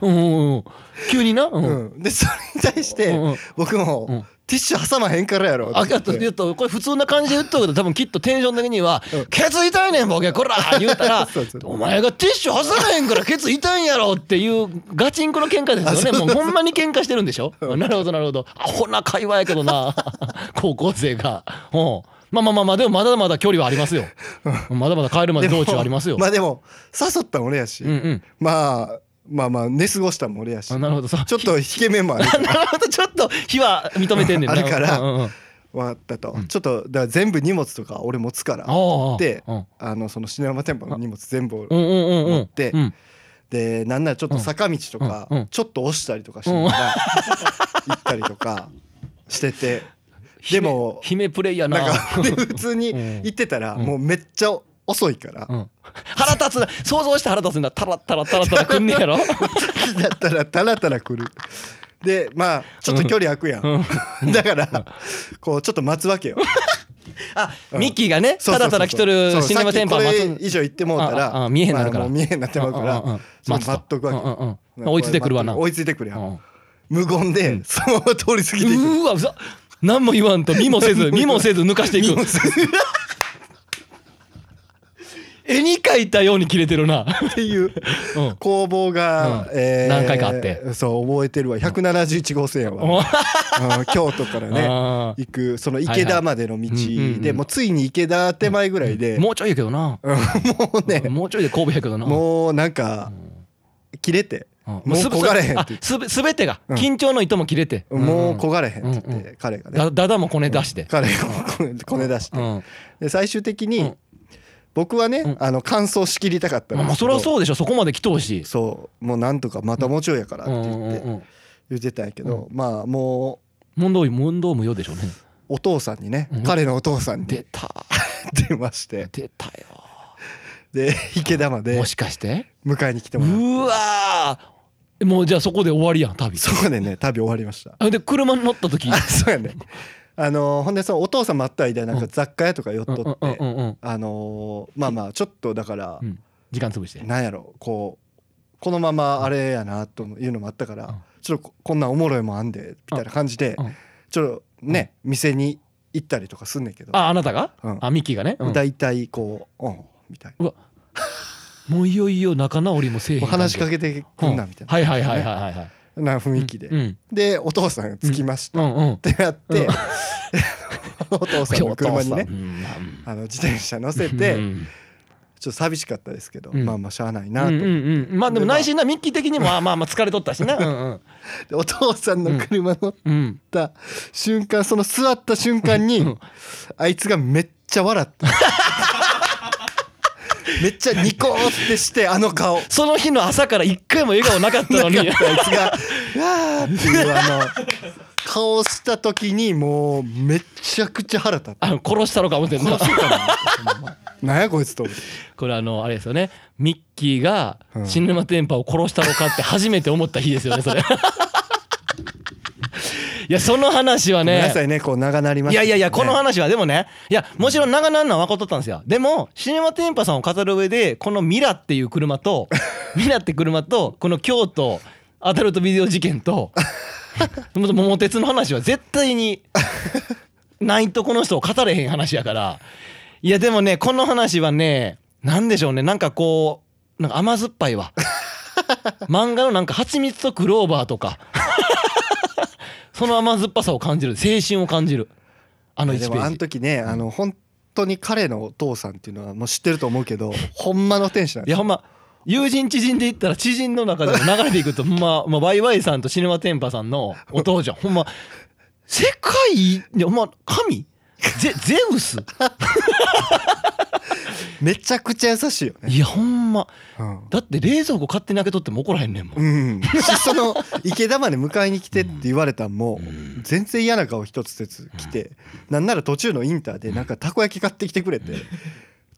Speaker 3: うんうんうん急になう
Speaker 2: うんん、でそれに対し
Speaker 3: うん
Speaker 2: て
Speaker 3: うん
Speaker 2: 僕も、
Speaker 3: うん
Speaker 2: ティッシュ挟まへんからやろ」
Speaker 3: あ
Speaker 2: って言っ
Speaker 3: かと言
Speaker 2: て
Speaker 3: うとこれ普通な感じで言ったけど多分きっとテンション的には
Speaker 2: うん
Speaker 3: 「ケツ痛いねんボケ こら!」言うたら
Speaker 2: そうそう
Speaker 3: 「お前がティッシュ挟まへんからケツ痛いんやろ」っていうガチンコの 喧嘩ですよねもうほんまに喧嘩してるんでしょなるほどなるほどアホな会話やけ どな高校生がうんまあまあまあまあでもまだまだ距離はありますよまだまだ帰るまで道中ありますよ
Speaker 2: まあでも誘ったん俺やし、
Speaker 3: うんうん
Speaker 2: まあまあまあ寝過ごしたんも俺やし
Speaker 3: あなるほどさ
Speaker 2: ちょっと引け目もある
Speaker 3: なるほどちょっと火は認めてんねんな
Speaker 2: あるから
Speaker 3: うんうんうん
Speaker 2: わかったと、ちょっとだから全部荷物とか俺持つから
Speaker 3: ああ
Speaker 2: で
Speaker 3: うん
Speaker 2: あのそのシネマテンポの荷物全部
Speaker 3: うんうんうんうん
Speaker 2: 持って
Speaker 3: うん
Speaker 2: でなんならちょっと坂道とか
Speaker 3: うんうん
Speaker 2: ちょっと押したりとかしながら行ったりとかして てでも
Speaker 3: 姫プレイヤーな
Speaker 2: なんかで普通に行ってたら
Speaker 3: うん
Speaker 2: もうめっちゃ遅いから
Speaker 3: うん、腹立つな想像して腹立つんだタラッタラッタラッタラくんねやろ、
Speaker 2: だったらタラタラ来る。でまあちょっと距離空くやん、だからこうちょっと待つわけよ
Speaker 3: あミッキーがね
Speaker 2: そうそう
Speaker 3: タ
Speaker 2: そ
Speaker 3: ラ
Speaker 2: う
Speaker 3: タラ来と
Speaker 2: そう
Speaker 3: るシネマテンパ
Speaker 2: さっ
Speaker 3: 待
Speaker 2: き
Speaker 3: つ
Speaker 2: これ以上行ってもうた
Speaker 3: ああ
Speaker 2: ら
Speaker 3: あ見えへんなるから
Speaker 2: まあもう見えへんなってまうから
Speaker 3: うんうんうん
Speaker 2: ちょっ
Speaker 3: 待つ
Speaker 2: と
Speaker 3: と
Speaker 2: 待っとく
Speaker 3: うんうん
Speaker 2: わけ
Speaker 3: うん追いついてくるわな
Speaker 2: 追いついてくるやん、
Speaker 3: うん
Speaker 2: 無言でそのまま通り過ぎていく
Speaker 3: うーわうざ何も言わんと見もせず見もせず抜かしていく絵に描いたように切れてるな、
Speaker 2: っていう
Speaker 3: うん
Speaker 2: 攻防が、
Speaker 3: うん
Speaker 2: えー
Speaker 3: 何回かあって
Speaker 2: そう覚えてるわ171号線は、うん京都からね
Speaker 3: あー
Speaker 2: 行くその池田までの道で、
Speaker 3: はいはいうんうんうん
Speaker 2: もうついに池田手前ぐらいで、
Speaker 3: もうちょいやけどな
Speaker 2: うんもうね
Speaker 3: もうちょいで神戸やけどな
Speaker 2: もうなんか切れて、
Speaker 3: うん
Speaker 2: もう
Speaker 3: すべ
Speaker 2: 焦がれへんって言っ
Speaker 3: あすべすべてが緊張の糸も切れて、
Speaker 2: て、もう焦がれへんって言って、
Speaker 3: う
Speaker 2: 彼がね
Speaker 3: だだだもこね出して、
Speaker 2: 彼がこねこね出して、
Speaker 3: うん
Speaker 2: で最終的に、
Speaker 3: うん
Speaker 2: 僕はね、
Speaker 3: ん
Speaker 2: あの乾燥しきりたかったん
Speaker 3: まあ、
Speaker 2: ですけど
Speaker 3: まあそりゃそうでしょそこまで来とうし
Speaker 2: そうもうなんとかまたもうちょいやからっ
Speaker 3: う
Speaker 2: て
Speaker 3: ん
Speaker 2: 言
Speaker 3: う
Speaker 2: って、
Speaker 3: んうん
Speaker 2: 言ってたんやけど、まあも
Speaker 3: 問答問答無用でしょうね
Speaker 2: うお父さんにね、
Speaker 3: うん
Speaker 2: 彼のお父さんに
Speaker 3: 出た
Speaker 2: 電話して
Speaker 3: 出た
Speaker 2: で池田まで
Speaker 3: よもしかして
Speaker 2: 迎えに来て
Speaker 3: う
Speaker 2: もらう
Speaker 3: わーもうじゃあそこで終わりやん旅
Speaker 2: そこでね旅終わりました
Speaker 3: あで車に乗った時
Speaker 2: あそうやねあのほんでそのお父さん待った間なんか雑貨屋とか寄っ
Speaker 3: うん
Speaker 2: と
Speaker 3: うん
Speaker 2: って
Speaker 3: うんうん
Speaker 2: あのーまあまあちょっとだから
Speaker 3: うん時間潰して
Speaker 2: なんやろこうこのままあれやなというのもあったか
Speaker 3: うん
Speaker 2: らちょっとここんなんおもろいもんあんでみたいな感じで
Speaker 3: うん
Speaker 2: ちょっとね店に行ったりとかすんねんけど
Speaker 3: ああなたが、
Speaker 2: うん
Speaker 3: あミッキーがね、うん
Speaker 2: 大体こう「うん」みたいな。
Speaker 3: うわもういよいよ仲直りもせえへん
Speaker 2: もう話しか
Speaker 3: け
Speaker 2: けてくんなみたいな、
Speaker 3: はいはいはいはいはいはい
Speaker 2: な雰囲気で、
Speaker 3: うん
Speaker 2: でお父さんが着きました、
Speaker 3: う
Speaker 2: っ
Speaker 3: んうん
Speaker 2: てなって、
Speaker 3: うん
Speaker 2: お父さんの車にね
Speaker 3: ね
Speaker 2: あの自転車乗せて、ちょっと寂しかったですけど、
Speaker 3: うん
Speaker 2: まあまあしゃあないな
Speaker 3: う
Speaker 2: と、
Speaker 3: んうんうん、まあでも内心なミッキー的 にもあまあまあ疲れとったしなうん
Speaker 2: でお父さんの車乗っ
Speaker 3: うんうん
Speaker 2: た瞬間その座った瞬間に、
Speaker 3: うん
Speaker 2: あいつがめっちゃ笑った めっちゃニコってしてあの顔
Speaker 3: その日の朝から一回も笑顔なかったのに
Speaker 2: なかったあいつが「わあ」っていうあの顔した時にもうめちゃくちゃ腹立った
Speaker 3: あの殺したのか思って んの
Speaker 2: なんやこいつと思って
Speaker 3: これあのあれですよねミッキーが
Speaker 2: うん
Speaker 3: シネマテンパを殺したのかって初めて思った日ですよ ねそれいやその話は
Speaker 2: ごめんなさ
Speaker 3: ね
Speaker 2: いねこう長なりま
Speaker 3: い
Speaker 2: した
Speaker 3: や
Speaker 2: け
Speaker 3: い
Speaker 2: どね
Speaker 3: やいやこの話はでもねいやもちろん長々のは分かっとったんですよでもシネマテンパさんを語る上でこのミラっていう車とミラって車とこの京都アダルトビデオ事件ともう桃鉄の話は絶対にないとこの人を語れへん話やからいやでもねこの話はねなんでしょうねなんかこうなんか甘酸っぱいわ漫画のなんか蜂蜜とクローバー とかその甘酸っぱさを感じる青春を感じるあの
Speaker 2: で
Speaker 3: 1ペ
Speaker 2: もあ
Speaker 3: ー
Speaker 2: の
Speaker 3: ジ
Speaker 2: 時ねあの本当に彼のお父さんっていうのはもう知ってると思うけどほんまの天使なん
Speaker 3: い
Speaker 2: です
Speaker 3: やほんま友人知人で言ったら知人の中でも流れて いくとほんままあワイワイさんとシネマテンパさんのお父ちゃんほんま世界いやほんま神ゼゼウス
Speaker 2: めちゃくちゃ優しいよね
Speaker 3: いやほんま
Speaker 2: うん、
Speaker 3: だって冷蔵庫勝手に開けとっても怒らへんねんもん、
Speaker 2: うん、しその池田まで迎えに来てって言われたんも全然嫌な顔一つずつ来てなんなら途中のインターでなんかたこ焼き買ってきてくれて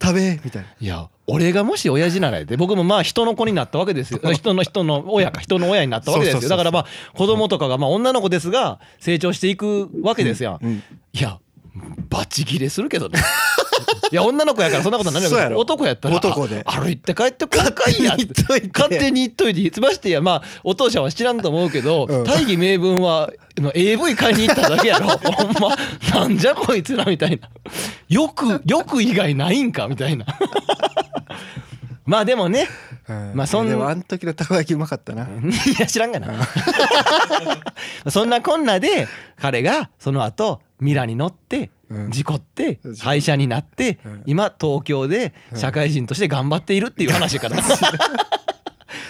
Speaker 2: 食べみたいない
Speaker 3: や俺がもし親父ならやで僕もまあ人の子になったわけです よ人の人の親か人の親になったわけです
Speaker 2: そうそうそ
Speaker 3: よだ
Speaker 2: う
Speaker 3: からまあ子供とかがまあ女の子ですが成長していくわけですよ、
Speaker 2: うん
Speaker 3: いやバチギレするけどね いや女の子やからそんなことない
Speaker 2: そうやろ
Speaker 3: 男やったら
Speaker 2: 男で
Speaker 3: あ歩いて帰っ てこんかいやって勝手に言っといてつましてやまあお父さんは知らんと思うけど、
Speaker 2: うん
Speaker 3: 大義名分はあの AV 買いに行っただけ やろほんまなんじゃこいつらみたいなよくよく以外ないんかみたいな まあでもね
Speaker 2: うん
Speaker 3: まあそん
Speaker 2: でもあの時のたこ焼きうまかったな、
Speaker 3: いや知らん がなそんなこんなで彼がその後ミラに乗って
Speaker 2: うん
Speaker 3: 事故って
Speaker 2: うん
Speaker 3: 廃車になって
Speaker 2: うん
Speaker 3: 今東京で社会人として頑張っているっていう話 から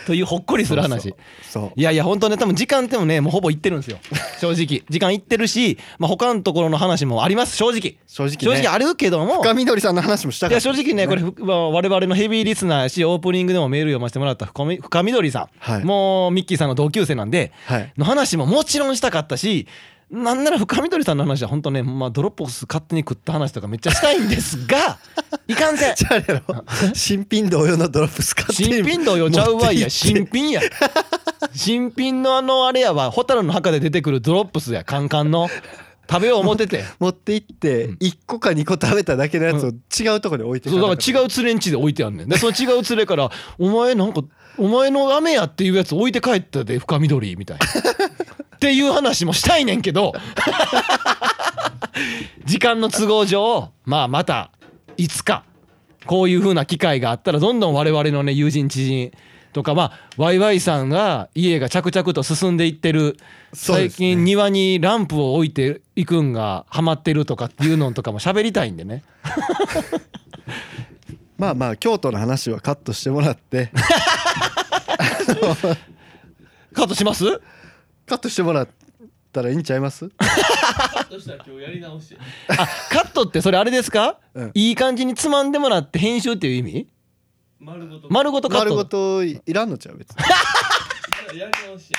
Speaker 3: というほっこりする話
Speaker 2: そう
Speaker 3: いやいや本当ね多分時間でもねもうほぼいってるんです よ正直時間いってるしまあ他のところの話もあります正直
Speaker 2: 正直ね
Speaker 3: 正直あるけども
Speaker 2: 深緑さんの話もした
Speaker 3: い
Speaker 2: か
Speaker 3: や
Speaker 2: った
Speaker 3: 正直ねこれふまあ我々のヘビーリスナーやしオープニングでもメール読ませてもらった深み深緑さん、
Speaker 2: はい
Speaker 3: もうミッキーさんの同級生なんで、
Speaker 2: はい
Speaker 3: の話ももちろんしたかったしなんなら深緑さんの話は本当ね、まあ、ドロップボックス勝手に食った話とかめっちゃしたいんです がいかんせん
Speaker 2: じゃああれやろ新品同様のドロップス買って
Speaker 3: 新品同様ちゃうわいや
Speaker 2: 持って行
Speaker 3: 新
Speaker 2: って
Speaker 3: 品や新品のあのあれやわ蛍の墓で出てくるドロップスやカンカンの食べよう思ってて
Speaker 2: 持って行って1個か2個食べただけのやつを違うところに置いて
Speaker 3: そうだから
Speaker 2: う
Speaker 3: 違う連れんちで置いてあんねんでその違う連れから「お前なんかお前の雨や」っていうやつ置いて帰ったで深緑みた いなっていう話もしたいねんけど 時間の都合上まあまたいつかこういう風な機会があったらどんどん我々のね友人知人とかまあワイワイさんが家が着々と進んでいってる
Speaker 2: そうで
Speaker 3: 最
Speaker 2: すね
Speaker 3: 近庭にランプを置いていくんがハマってるとかっていうのとかも喋りたいんでね。
Speaker 2: まあまあ京都の話はカットしてもら って
Speaker 3: カットします
Speaker 2: カットしてもらったらいいんちゃいます
Speaker 4: そしたら今日やり直して。
Speaker 3: あカットってそれあれですか、
Speaker 2: うん
Speaker 3: いい感じにつまんでもらって編集っていう意味
Speaker 4: 丸ごと。
Speaker 3: 丸ごとカッ
Speaker 2: 丸ご
Speaker 3: ト
Speaker 2: といらんのちゃう別に
Speaker 4: やり直し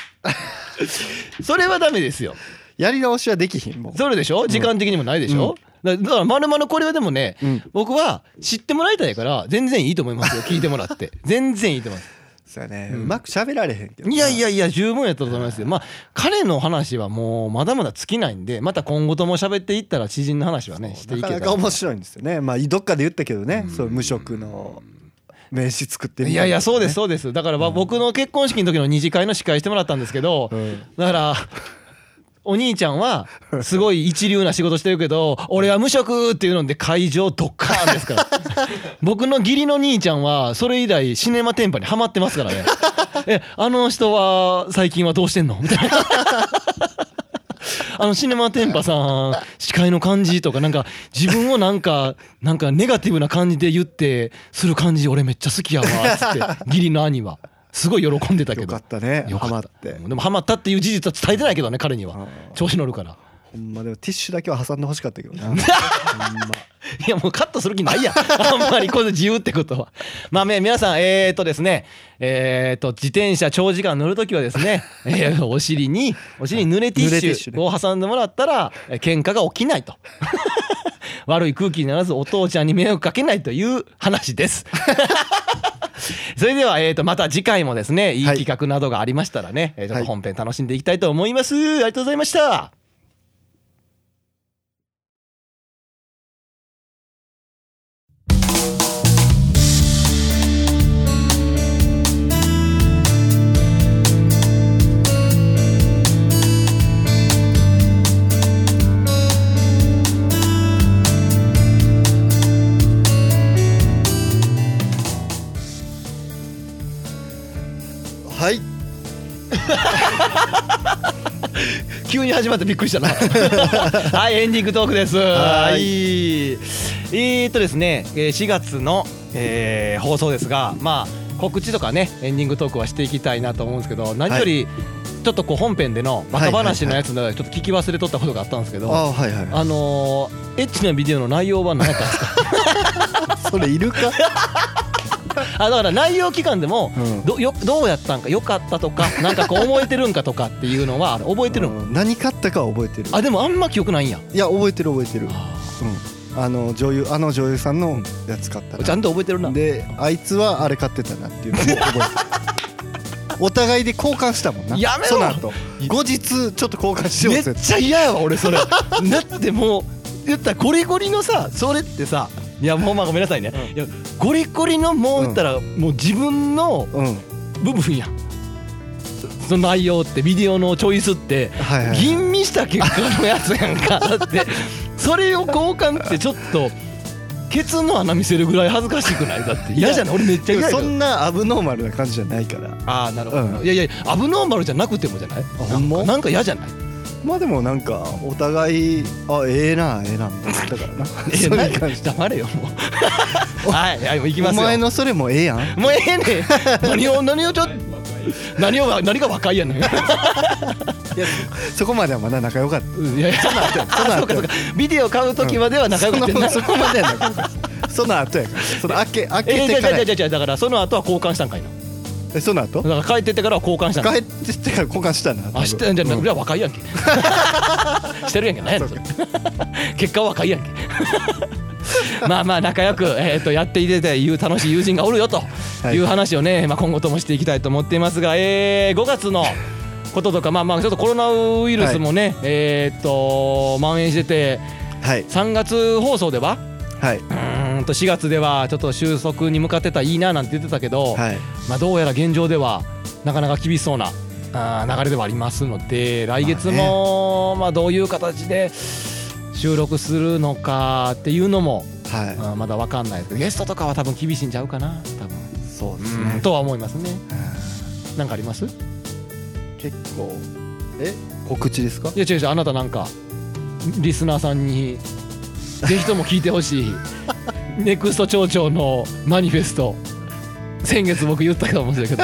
Speaker 4: て。
Speaker 3: それはダメですよ
Speaker 2: やり直しはできひんもん
Speaker 3: それでしょ時間的にもないでしょ、だだからまるまるこれはでもね、
Speaker 2: うん
Speaker 3: 僕は知ってもらいたいから全然いいと思いますよ聞いてもらって 全然いいと思います
Speaker 2: そうやねうまく喋られへんけどない
Speaker 3: やいやいや十分やったと思いますよまあ彼の話はもうまだまだ尽きないんでまた今後とも喋っていったら知人の話はねしてい
Speaker 2: なか
Speaker 3: けたら
Speaker 2: なか面白いんですよねまあどっかで言ったけどねそう無職の名刺作ってみた
Speaker 3: いやいやそうです
Speaker 2: う
Speaker 3: そうですだからば僕の結婚式の時の二次会の司会してもらったんですけど、
Speaker 2: ん
Speaker 3: だからお兄ちゃんはすごい一流な仕事してるけど俺は無職っていうので会場ドッカーンですから僕の義理の兄ちゃんはそれ以来シネマテンパにハマってますからねえあの人は最近はどうしてんのみたいなあのシネマテンパさん司会の感じとかなんか自分をなんかなんかネガティブな感じで言ってする感じ俺めっちゃ好きやわっつって義理の兄はすごい喜んでたけ
Speaker 2: よ
Speaker 3: ど
Speaker 2: かったね
Speaker 3: よか
Speaker 2: ハマっ
Speaker 3: っ
Speaker 2: たて
Speaker 3: うんでもハマったっていう事実は伝えてないけどね彼には
Speaker 2: あ
Speaker 3: 調子乗るから
Speaker 2: ほんまでもティッシュだけは挟んでほしかったけどな
Speaker 3: いやもうカットする気ないやん あんまりこれで自由ってことはまあね皆さんえー、とですねえー、と自転車長時間乗るときはですね、 えーお尻にお尻に濡れティ
Speaker 2: 濡れティ
Speaker 3: ッ
Speaker 2: ッ
Speaker 3: シ
Speaker 2: シュ
Speaker 3: ュ
Speaker 2: ね
Speaker 3: を挟んでもらったらえー喧嘩が起きないと 悪い空気にならずお父ちゃんに迷惑かけないという話です。 それでは、えー、とまた次回もですねいい
Speaker 2: はい
Speaker 3: 企画などがありましたらね、えーちょっ
Speaker 2: は
Speaker 3: と
Speaker 2: い
Speaker 3: 本編楽しんでいきたいと思います。ありがとうございました。
Speaker 2: はい
Speaker 3: 急に始まってびっくりした なはいエンディングトークですは
Speaker 2: い
Speaker 3: いえーっとですねえー4月の、えー放送ですがまあ告知とかねエンディングトークはしていきたいなと思うんですけど何より、ちょっとこう本編でのバカ話のやつの中でちょっと聞き忘れとったことがあったんですけど、
Speaker 2: あーはいはい
Speaker 3: あのーエッチなビデオの内容は何やった んですか
Speaker 2: それいるか
Speaker 3: あだから内容期間でも
Speaker 2: うん
Speaker 3: どよどうやったんか良かったとかなんかこう覚えてるんかとかっていうのはあれ覚えてるの
Speaker 2: うん何買ったかは覚えてる
Speaker 3: あでもあんま記憶ないんや
Speaker 2: いや覚えてる覚えてるうんあの女優あの女優さんのやつ買ったな
Speaker 3: ちゃんと覚えてるな
Speaker 2: であいつはあれ買ってたな っていうのを覚えてるお互いで交換したもんな
Speaker 3: やめろ
Speaker 2: その後後日ちょっと交換しよう
Speaker 3: めっ
Speaker 2: ぜ
Speaker 3: ちゃ嫌やわ 俺それだってもう言ったらゴリゴリのさそれってさいやもうまあごめんなさいね、いやゴリゴリのもう言ったら、もう自分の
Speaker 2: うん
Speaker 3: 部分やんその内容ってビデオのチョイスって
Speaker 2: はいはいはい
Speaker 3: 吟味した結果のやつやん かだってそれを交換ってちょっとケツの穴見せるぐらい恥ずかしくないだって嫌じゃない俺めっち
Speaker 2: で
Speaker 3: ゃ
Speaker 2: も
Speaker 3: 嫌や
Speaker 2: そ
Speaker 3: けど
Speaker 2: んなアブノーマルな感じじゃないから
Speaker 3: ああなるほど、
Speaker 2: うん
Speaker 3: いやいやアブノーマルじゃなくてもじゃない
Speaker 2: ほんま
Speaker 3: なんかなんか嫌じゃない
Speaker 2: まあでもなんかお互いあええなええなみたいなだからな
Speaker 3: え
Speaker 2: そう
Speaker 3: ない
Speaker 2: いう感じ
Speaker 3: 黙れよもうはいはいもう行きま
Speaker 2: お
Speaker 3: すよ
Speaker 2: 前のそれもええやん
Speaker 3: もうえ えねん何を何をちょっと何を何が若い やねんいや
Speaker 2: そこまではまだ仲良かった
Speaker 3: いやそんなあそうかそうかビデオ買う時までは仲良くて
Speaker 2: そ
Speaker 3: な
Speaker 2: のそこまでは仲良かったその後やからその開け開
Speaker 3: え
Speaker 2: け
Speaker 3: じゃ
Speaker 2: てか
Speaker 3: あじゃあ
Speaker 2: ら
Speaker 3: じゃあじゃあだからその後は交換したんかいな
Speaker 2: えその後
Speaker 3: だから帰ってってからは交換したんか
Speaker 2: 帰ってきてから交換したな多分
Speaker 3: あ知ってんじゃあ
Speaker 2: うん
Speaker 3: 俺は若いやんけ してるやんけ何やねんそれ 結果は若いやんけ まあまあ仲良く、えー、とやっていてていう楽しい友人がおるよと
Speaker 2: はい
Speaker 3: いう話をね、まあ、今後ともしていきたいと思っていますが、えー5月のこととかまあまあちょっとコロナウイルスもね、えっ、と蔓延してて
Speaker 2: はい
Speaker 3: 3月放送では
Speaker 2: はいう
Speaker 3: ーんと4月ではちょっと収束に向かってたらいいななんて言ってたけど、
Speaker 2: はい
Speaker 3: まあ、どうやら現状ではなかなか厳しそうなあー流れではありますので来月もまあどういう形で収録するのかっていうのもあ
Speaker 2: は
Speaker 3: ーまだ分かんないですけどゲストとかは多分厳しいんちゃうかな多
Speaker 2: い
Speaker 3: 分
Speaker 2: そうです
Speaker 3: うん
Speaker 2: ね
Speaker 3: とは思いますね
Speaker 2: うん
Speaker 3: なんかありますい
Speaker 2: 結構え告知ですか
Speaker 3: や違う違うあなたなんかリスナーさんにぜひとも聞いてほし いネクスト町長のマニフェスト先月僕言ったかもしれないけど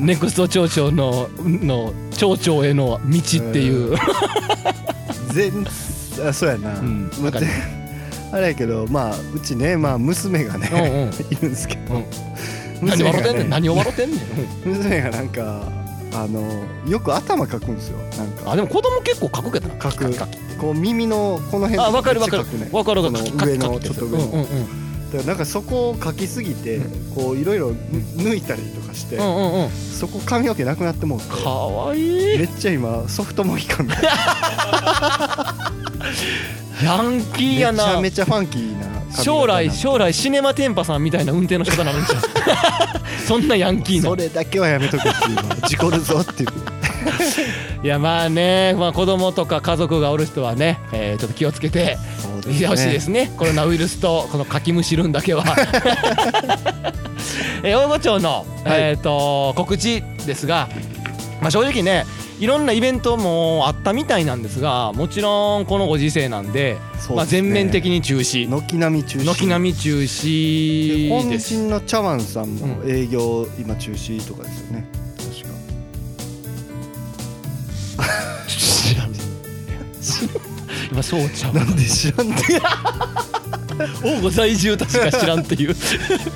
Speaker 3: ネクスト町長のの町長への道っていう、
Speaker 2: 全あそうやな、
Speaker 3: うん
Speaker 2: まあ
Speaker 3: わかる
Speaker 2: あれやけどまあうちねまあ娘がね、
Speaker 3: うんうん、
Speaker 2: いるんですけど、
Speaker 3: うん 何笑ってんね
Speaker 2: 娘が
Speaker 3: ん何を笑ってんねん
Speaker 2: 娘がなんかあのよく頭かくんですよなん
Speaker 3: うんあ
Speaker 2: か
Speaker 3: でも子供結構書くけどな
Speaker 2: 書く
Speaker 3: カキカキ
Speaker 2: こう耳のこの辺
Speaker 3: あ分かる分かる
Speaker 2: めっちゃ書くね
Speaker 3: 分かる分か
Speaker 2: この
Speaker 3: る
Speaker 2: 上の
Speaker 3: カキカキ
Speaker 2: ちょっと上の
Speaker 3: うんうんうん
Speaker 2: だからなんかそこを書きすぎて、こういろいろ抜いたりとかして、
Speaker 3: うんうんうん
Speaker 2: そこ髪の毛なくなってもうて
Speaker 3: かわいい
Speaker 2: めっちゃ今ソフトモヒカンみ たい
Speaker 3: ヤンキーや
Speaker 2: めちゃ
Speaker 3: な
Speaker 2: めちゃファンキーな髪型
Speaker 3: 将
Speaker 2: に
Speaker 3: 来
Speaker 2: なって
Speaker 3: 将来シネマテンパさんみたいな運転の仕方になるんじゃん そんなヤンキーな
Speaker 2: それだけはやめとけって今事故るぞっていう
Speaker 3: いやまあね、まあ、子供とか家族がおる人はね、えーちょっと気をつけて
Speaker 2: そう
Speaker 3: いてほしいですねコロナウイルスとこのかきむしるんだけは えー大御町の、
Speaker 2: はい
Speaker 3: えー、と告知ですが、まあ、正直ねいろんなイベントもあったみたいなんですがもちろんこのご時世なんで
Speaker 2: そうですね
Speaker 3: まあ、全面的に中止
Speaker 2: 軒並み中止
Speaker 3: 軒並み中
Speaker 2: で
Speaker 3: 止
Speaker 2: 本
Speaker 3: です
Speaker 2: 陣の茶碗さんも
Speaker 3: うん
Speaker 2: 営業今中止とかですよね確か
Speaker 3: 知らん今そう ちゃう
Speaker 2: なんで知らんのい
Speaker 3: 大御在住たちが知らんっていう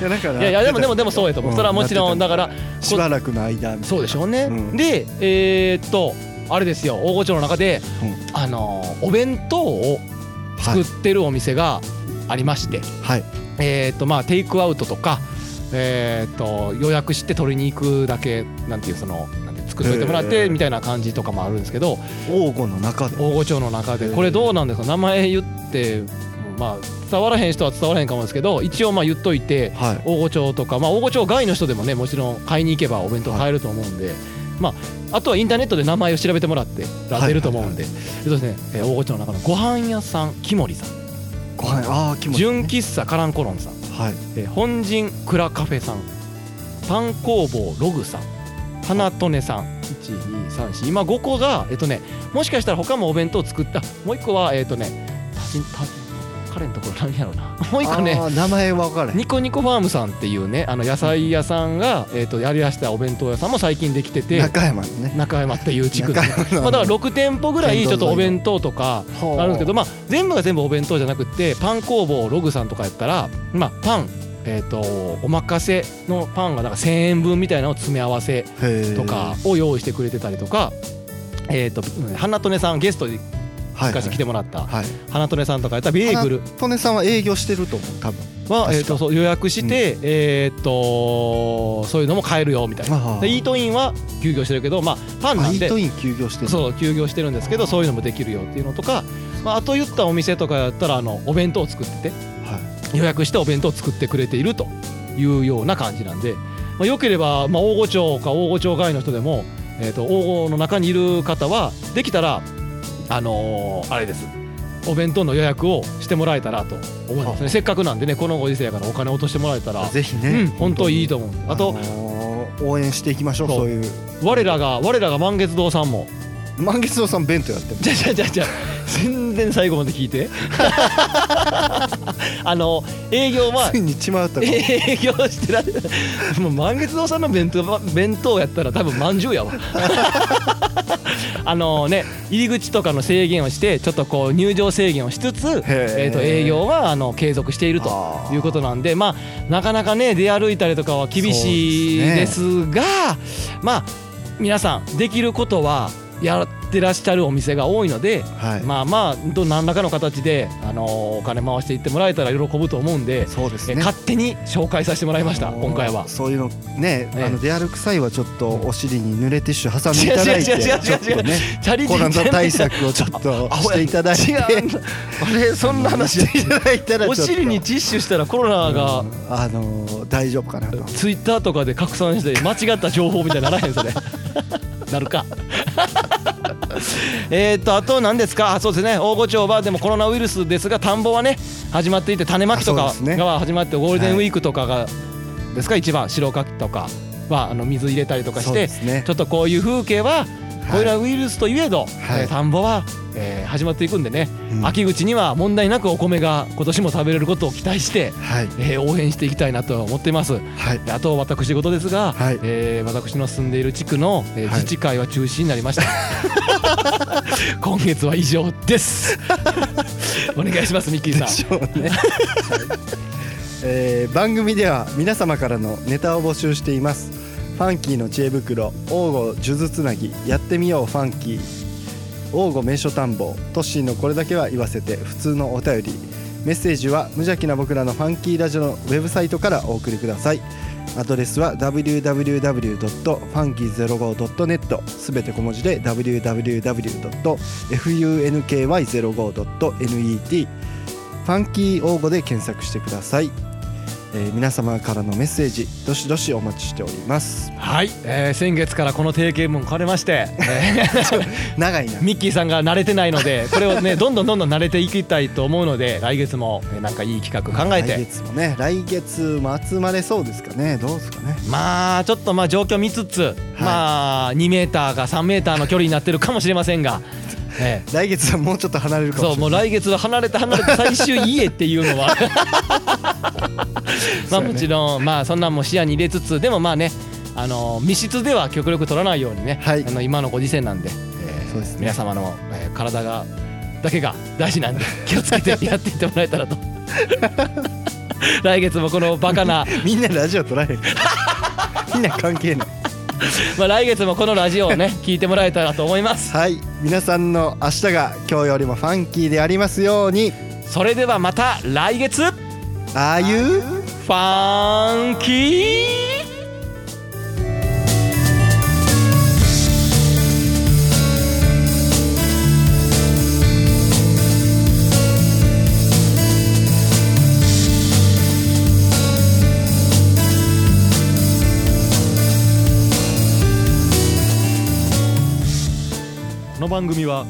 Speaker 2: やだから
Speaker 3: いやいやでもでもでもそうやと思う、
Speaker 2: ん
Speaker 3: それはもちろん
Speaker 2: な
Speaker 3: だ
Speaker 2: って
Speaker 3: から
Speaker 2: たしばらくの間みたいな
Speaker 3: そうでしょうね、
Speaker 2: うん
Speaker 3: でえーっとあれですよ大御町の中で、
Speaker 2: う
Speaker 3: あのーお弁当を作ってるお店がありまして、
Speaker 2: はい
Speaker 3: えーっとまあテイクアウトとかえーっと予約して取りに行くだけなんていうそのなんて作っといてもらっ
Speaker 2: へ
Speaker 3: て
Speaker 2: ー
Speaker 3: みたいな感じとかもあるんですけど
Speaker 2: 王吾の中で
Speaker 3: 大御町の中でこれどうなんですか名前言ってまあ伝わらへん人は伝わらへんかもですけど一応まあ言っといて
Speaker 2: はい
Speaker 3: 大御町とか、まあ、大御町外の人でもねもちろん買いに行けばお弁当買えると思うんで、まあ、あとはインターネットで名前を調べてもらってら出ると思うんで、えっとですね、えー大御町の中のご飯屋さんキモリさん、
Speaker 2: ご飯ああ気持ちいい
Speaker 3: 純
Speaker 2: ね
Speaker 3: 喫茶カランコロンさん、
Speaker 2: はい
Speaker 3: えー本陣クラカフェさんパン工房ログさん花とねさん1234今5個がえっとねもしかしたら他もお弁当作ったもう1個はえっとねたしんた彼のところ何やろうな もう一個ね
Speaker 2: あー名前は分からへん
Speaker 3: ニコニコファームさんっていうねあの野菜屋さんが、えー、とやりだしたお弁当屋さんも最近できてて
Speaker 2: 中山のね
Speaker 3: 中山っていう地区で、
Speaker 2: 中山の
Speaker 3: まあ、だから6店舗ぐらいちょっとお弁当とか
Speaker 2: ほう
Speaker 3: あるんですけど、まあ、全部が全部お弁当じゃなくってパン工房ログさんとかやったら、まあ、パン、えー、とお任せのパンがなんか1,000円分みたいなのを詰め合わせ
Speaker 2: へー
Speaker 3: とかを用意してくれてたりとか、えー、と花とねさんゲストに
Speaker 2: はいはい
Speaker 3: 昔来てもらった
Speaker 2: はい
Speaker 3: 花とねさんとかやったらベーグル
Speaker 2: トネさんは営業してると思う多分
Speaker 3: は、
Speaker 2: 確か
Speaker 3: えー、とそう予約して、えー、とそういうのも買えるよみたいな。
Speaker 2: あー
Speaker 3: でイートインは休業してるけど、まあ、パンな
Speaker 2: あイ
Speaker 3: ん
Speaker 2: ー
Speaker 3: で
Speaker 2: トイン休業してる
Speaker 3: そう休業してるんですけどそういうのもできるよっていうのとか、まあ、あと言ったお店とかやったらあのお弁当を作って
Speaker 2: はい
Speaker 3: て予約してお弁当を作ってくれているというような感じなんで、まあ、よければ、まあ、大御町か大御町外の人でも、えー、と大御の中にいる方はできたらあのーあれですお弁当の予約をしてもらえたらと思いますねせっかくなんでねこのご時世やからお金落としてもらえたら、
Speaker 2: ぜひ
Speaker 3: うん、
Speaker 2: ね
Speaker 3: 本当いいと思うあと
Speaker 2: あのー応援していきましょう
Speaker 3: そう
Speaker 2: そういう
Speaker 3: 我らが我らが満月堂さんも
Speaker 2: 満月堂さん弁当やってる
Speaker 3: じゃあじゃあじゃあじゃあ全然最後まで聞いて あの営業は
Speaker 2: ついにちまうたか
Speaker 3: 営業してられ もう満月堂さんの弁当ば弁当やったら多分まんじゅう やわあのね入り口とかの制限をしてちょっとこう入場制限をしつつ、えー、と営業はあの継続していると
Speaker 2: あー
Speaker 3: いうことなんでまあなかなかね出歩いたりとかは厳しい
Speaker 2: そう
Speaker 3: で
Speaker 2: です
Speaker 3: がまあ皆さんできることはやってらっしゃるお店が多いので、
Speaker 2: はい
Speaker 3: まあまあど何らかの形で、あのーお金回していってもらえたら喜ぶと思うんで、
Speaker 2: そうです
Speaker 3: え
Speaker 2: ね
Speaker 3: 勝手に紹介させてもらいました
Speaker 2: あのー
Speaker 3: 今回は。
Speaker 2: そういうのね
Speaker 3: ええ
Speaker 2: あの出歩く際はちょっとお尻に濡れティッシュ挟んでいただい
Speaker 3: 違う違う違う違う違う
Speaker 2: てちょっとね
Speaker 3: チャリティ
Speaker 2: コ
Speaker 3: ー
Speaker 2: ロナ対
Speaker 3: じゃね
Speaker 2: 策をちょっと
Speaker 3: アホ
Speaker 2: し
Speaker 3: や
Speaker 2: ていただいて
Speaker 3: 違うんだあれそんな話
Speaker 2: していただいたらちょ
Speaker 3: お
Speaker 2: っと
Speaker 3: 尻にティッシュしたらコロナが
Speaker 2: うんあのー大丈夫かなと
Speaker 3: ツイッターとかで拡散して間違った情報みたいにならへんそれ なるか えーっとあと何ですかあそうですね大御町はでもコロナウイルスですが田んぼはね始まっていて種まきと
Speaker 2: あ
Speaker 3: か
Speaker 2: そうですね
Speaker 3: が始まってゴールデンウィークとかがですか一番白柿とかはあの水入れたりとか
Speaker 2: そ
Speaker 3: し
Speaker 2: う
Speaker 3: て
Speaker 2: ですね
Speaker 3: ちょっとこういう風景はコロナウイルスといえど、
Speaker 2: はい
Speaker 3: えー田んぼは、えー始まっていくんでね、
Speaker 2: うん
Speaker 3: 秋口には問題なくお米が今年も食べれることを期待して、
Speaker 2: はい
Speaker 3: えー応援していきたいなと思っています。
Speaker 2: はい
Speaker 3: であと私事ですが、
Speaker 2: はい
Speaker 3: えー私の住んでいる地区の、え
Speaker 2: は
Speaker 3: ー
Speaker 2: い
Speaker 3: 自治会は中止にな りました。今月は以上 です。お願いしますミッキーさ
Speaker 2: で
Speaker 3: ん。
Speaker 2: しょうね。 えー番組では皆様からのネタを募集しています。ファンキーの知恵袋、王吾数珠つなぎ、やってみようファンキー、王吾名所探訪、トッシーのこれだけは言わせて、普通のお便り、メッセージは無邪気な僕らのファンキーラジオのウェブサイトからお送りください。アドレスは www.funky05.net すべて小文字で www.funky05.net ファンキー応募で検索してください、えー皆様からのメッセージどしどしお待ちしております
Speaker 3: はい、えー先月からこの定型文変わりまして、えー
Speaker 2: 長いな
Speaker 3: ミッキーさんが慣れてない のでこれをねどんどんどんどん慣れていきたいと思うので来月もえーなんかいい企画考え
Speaker 2: 来
Speaker 3: て
Speaker 2: 月もね来月も集まれそうですかねどうですかね
Speaker 3: まあちょっとまあ状況見つつ、まあ2メーターが3メーターの距離になってるかもしれませ んが、え
Speaker 2: 来月はもうちょっと離れる
Speaker 3: え
Speaker 2: か
Speaker 3: そ
Speaker 2: も
Speaker 3: う
Speaker 2: しれ
Speaker 3: もう来月は離れて離れて最終家ってい うのはまあもちろんまあそんなんも視野に入れつつでもまあねあの密室では極力取らないようにね、
Speaker 2: はい
Speaker 3: あの今のご時世なんで、ええ
Speaker 2: そうですね
Speaker 3: 皆様の、ええ体がだけが大事なんで気をつけてやっていってもらえたらと 来月もこのバカな
Speaker 2: ないみんなラジオ撮られる みんな関係ない
Speaker 3: まあ、来月もこのラジオをね聞いてもらえたらと思います
Speaker 2: はい皆さんの明日が今日よりもファンキーでありますように
Speaker 3: それではまた来月フ
Speaker 2: ああいう
Speaker 3: ァンキーこの番組は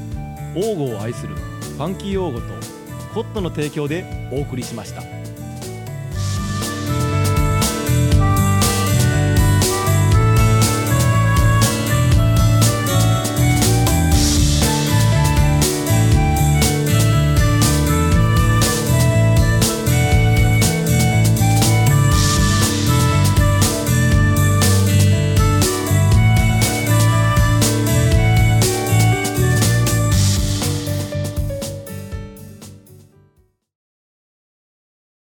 Speaker 3: 王語を愛するファンキー王語とコットの提供でお送りしました。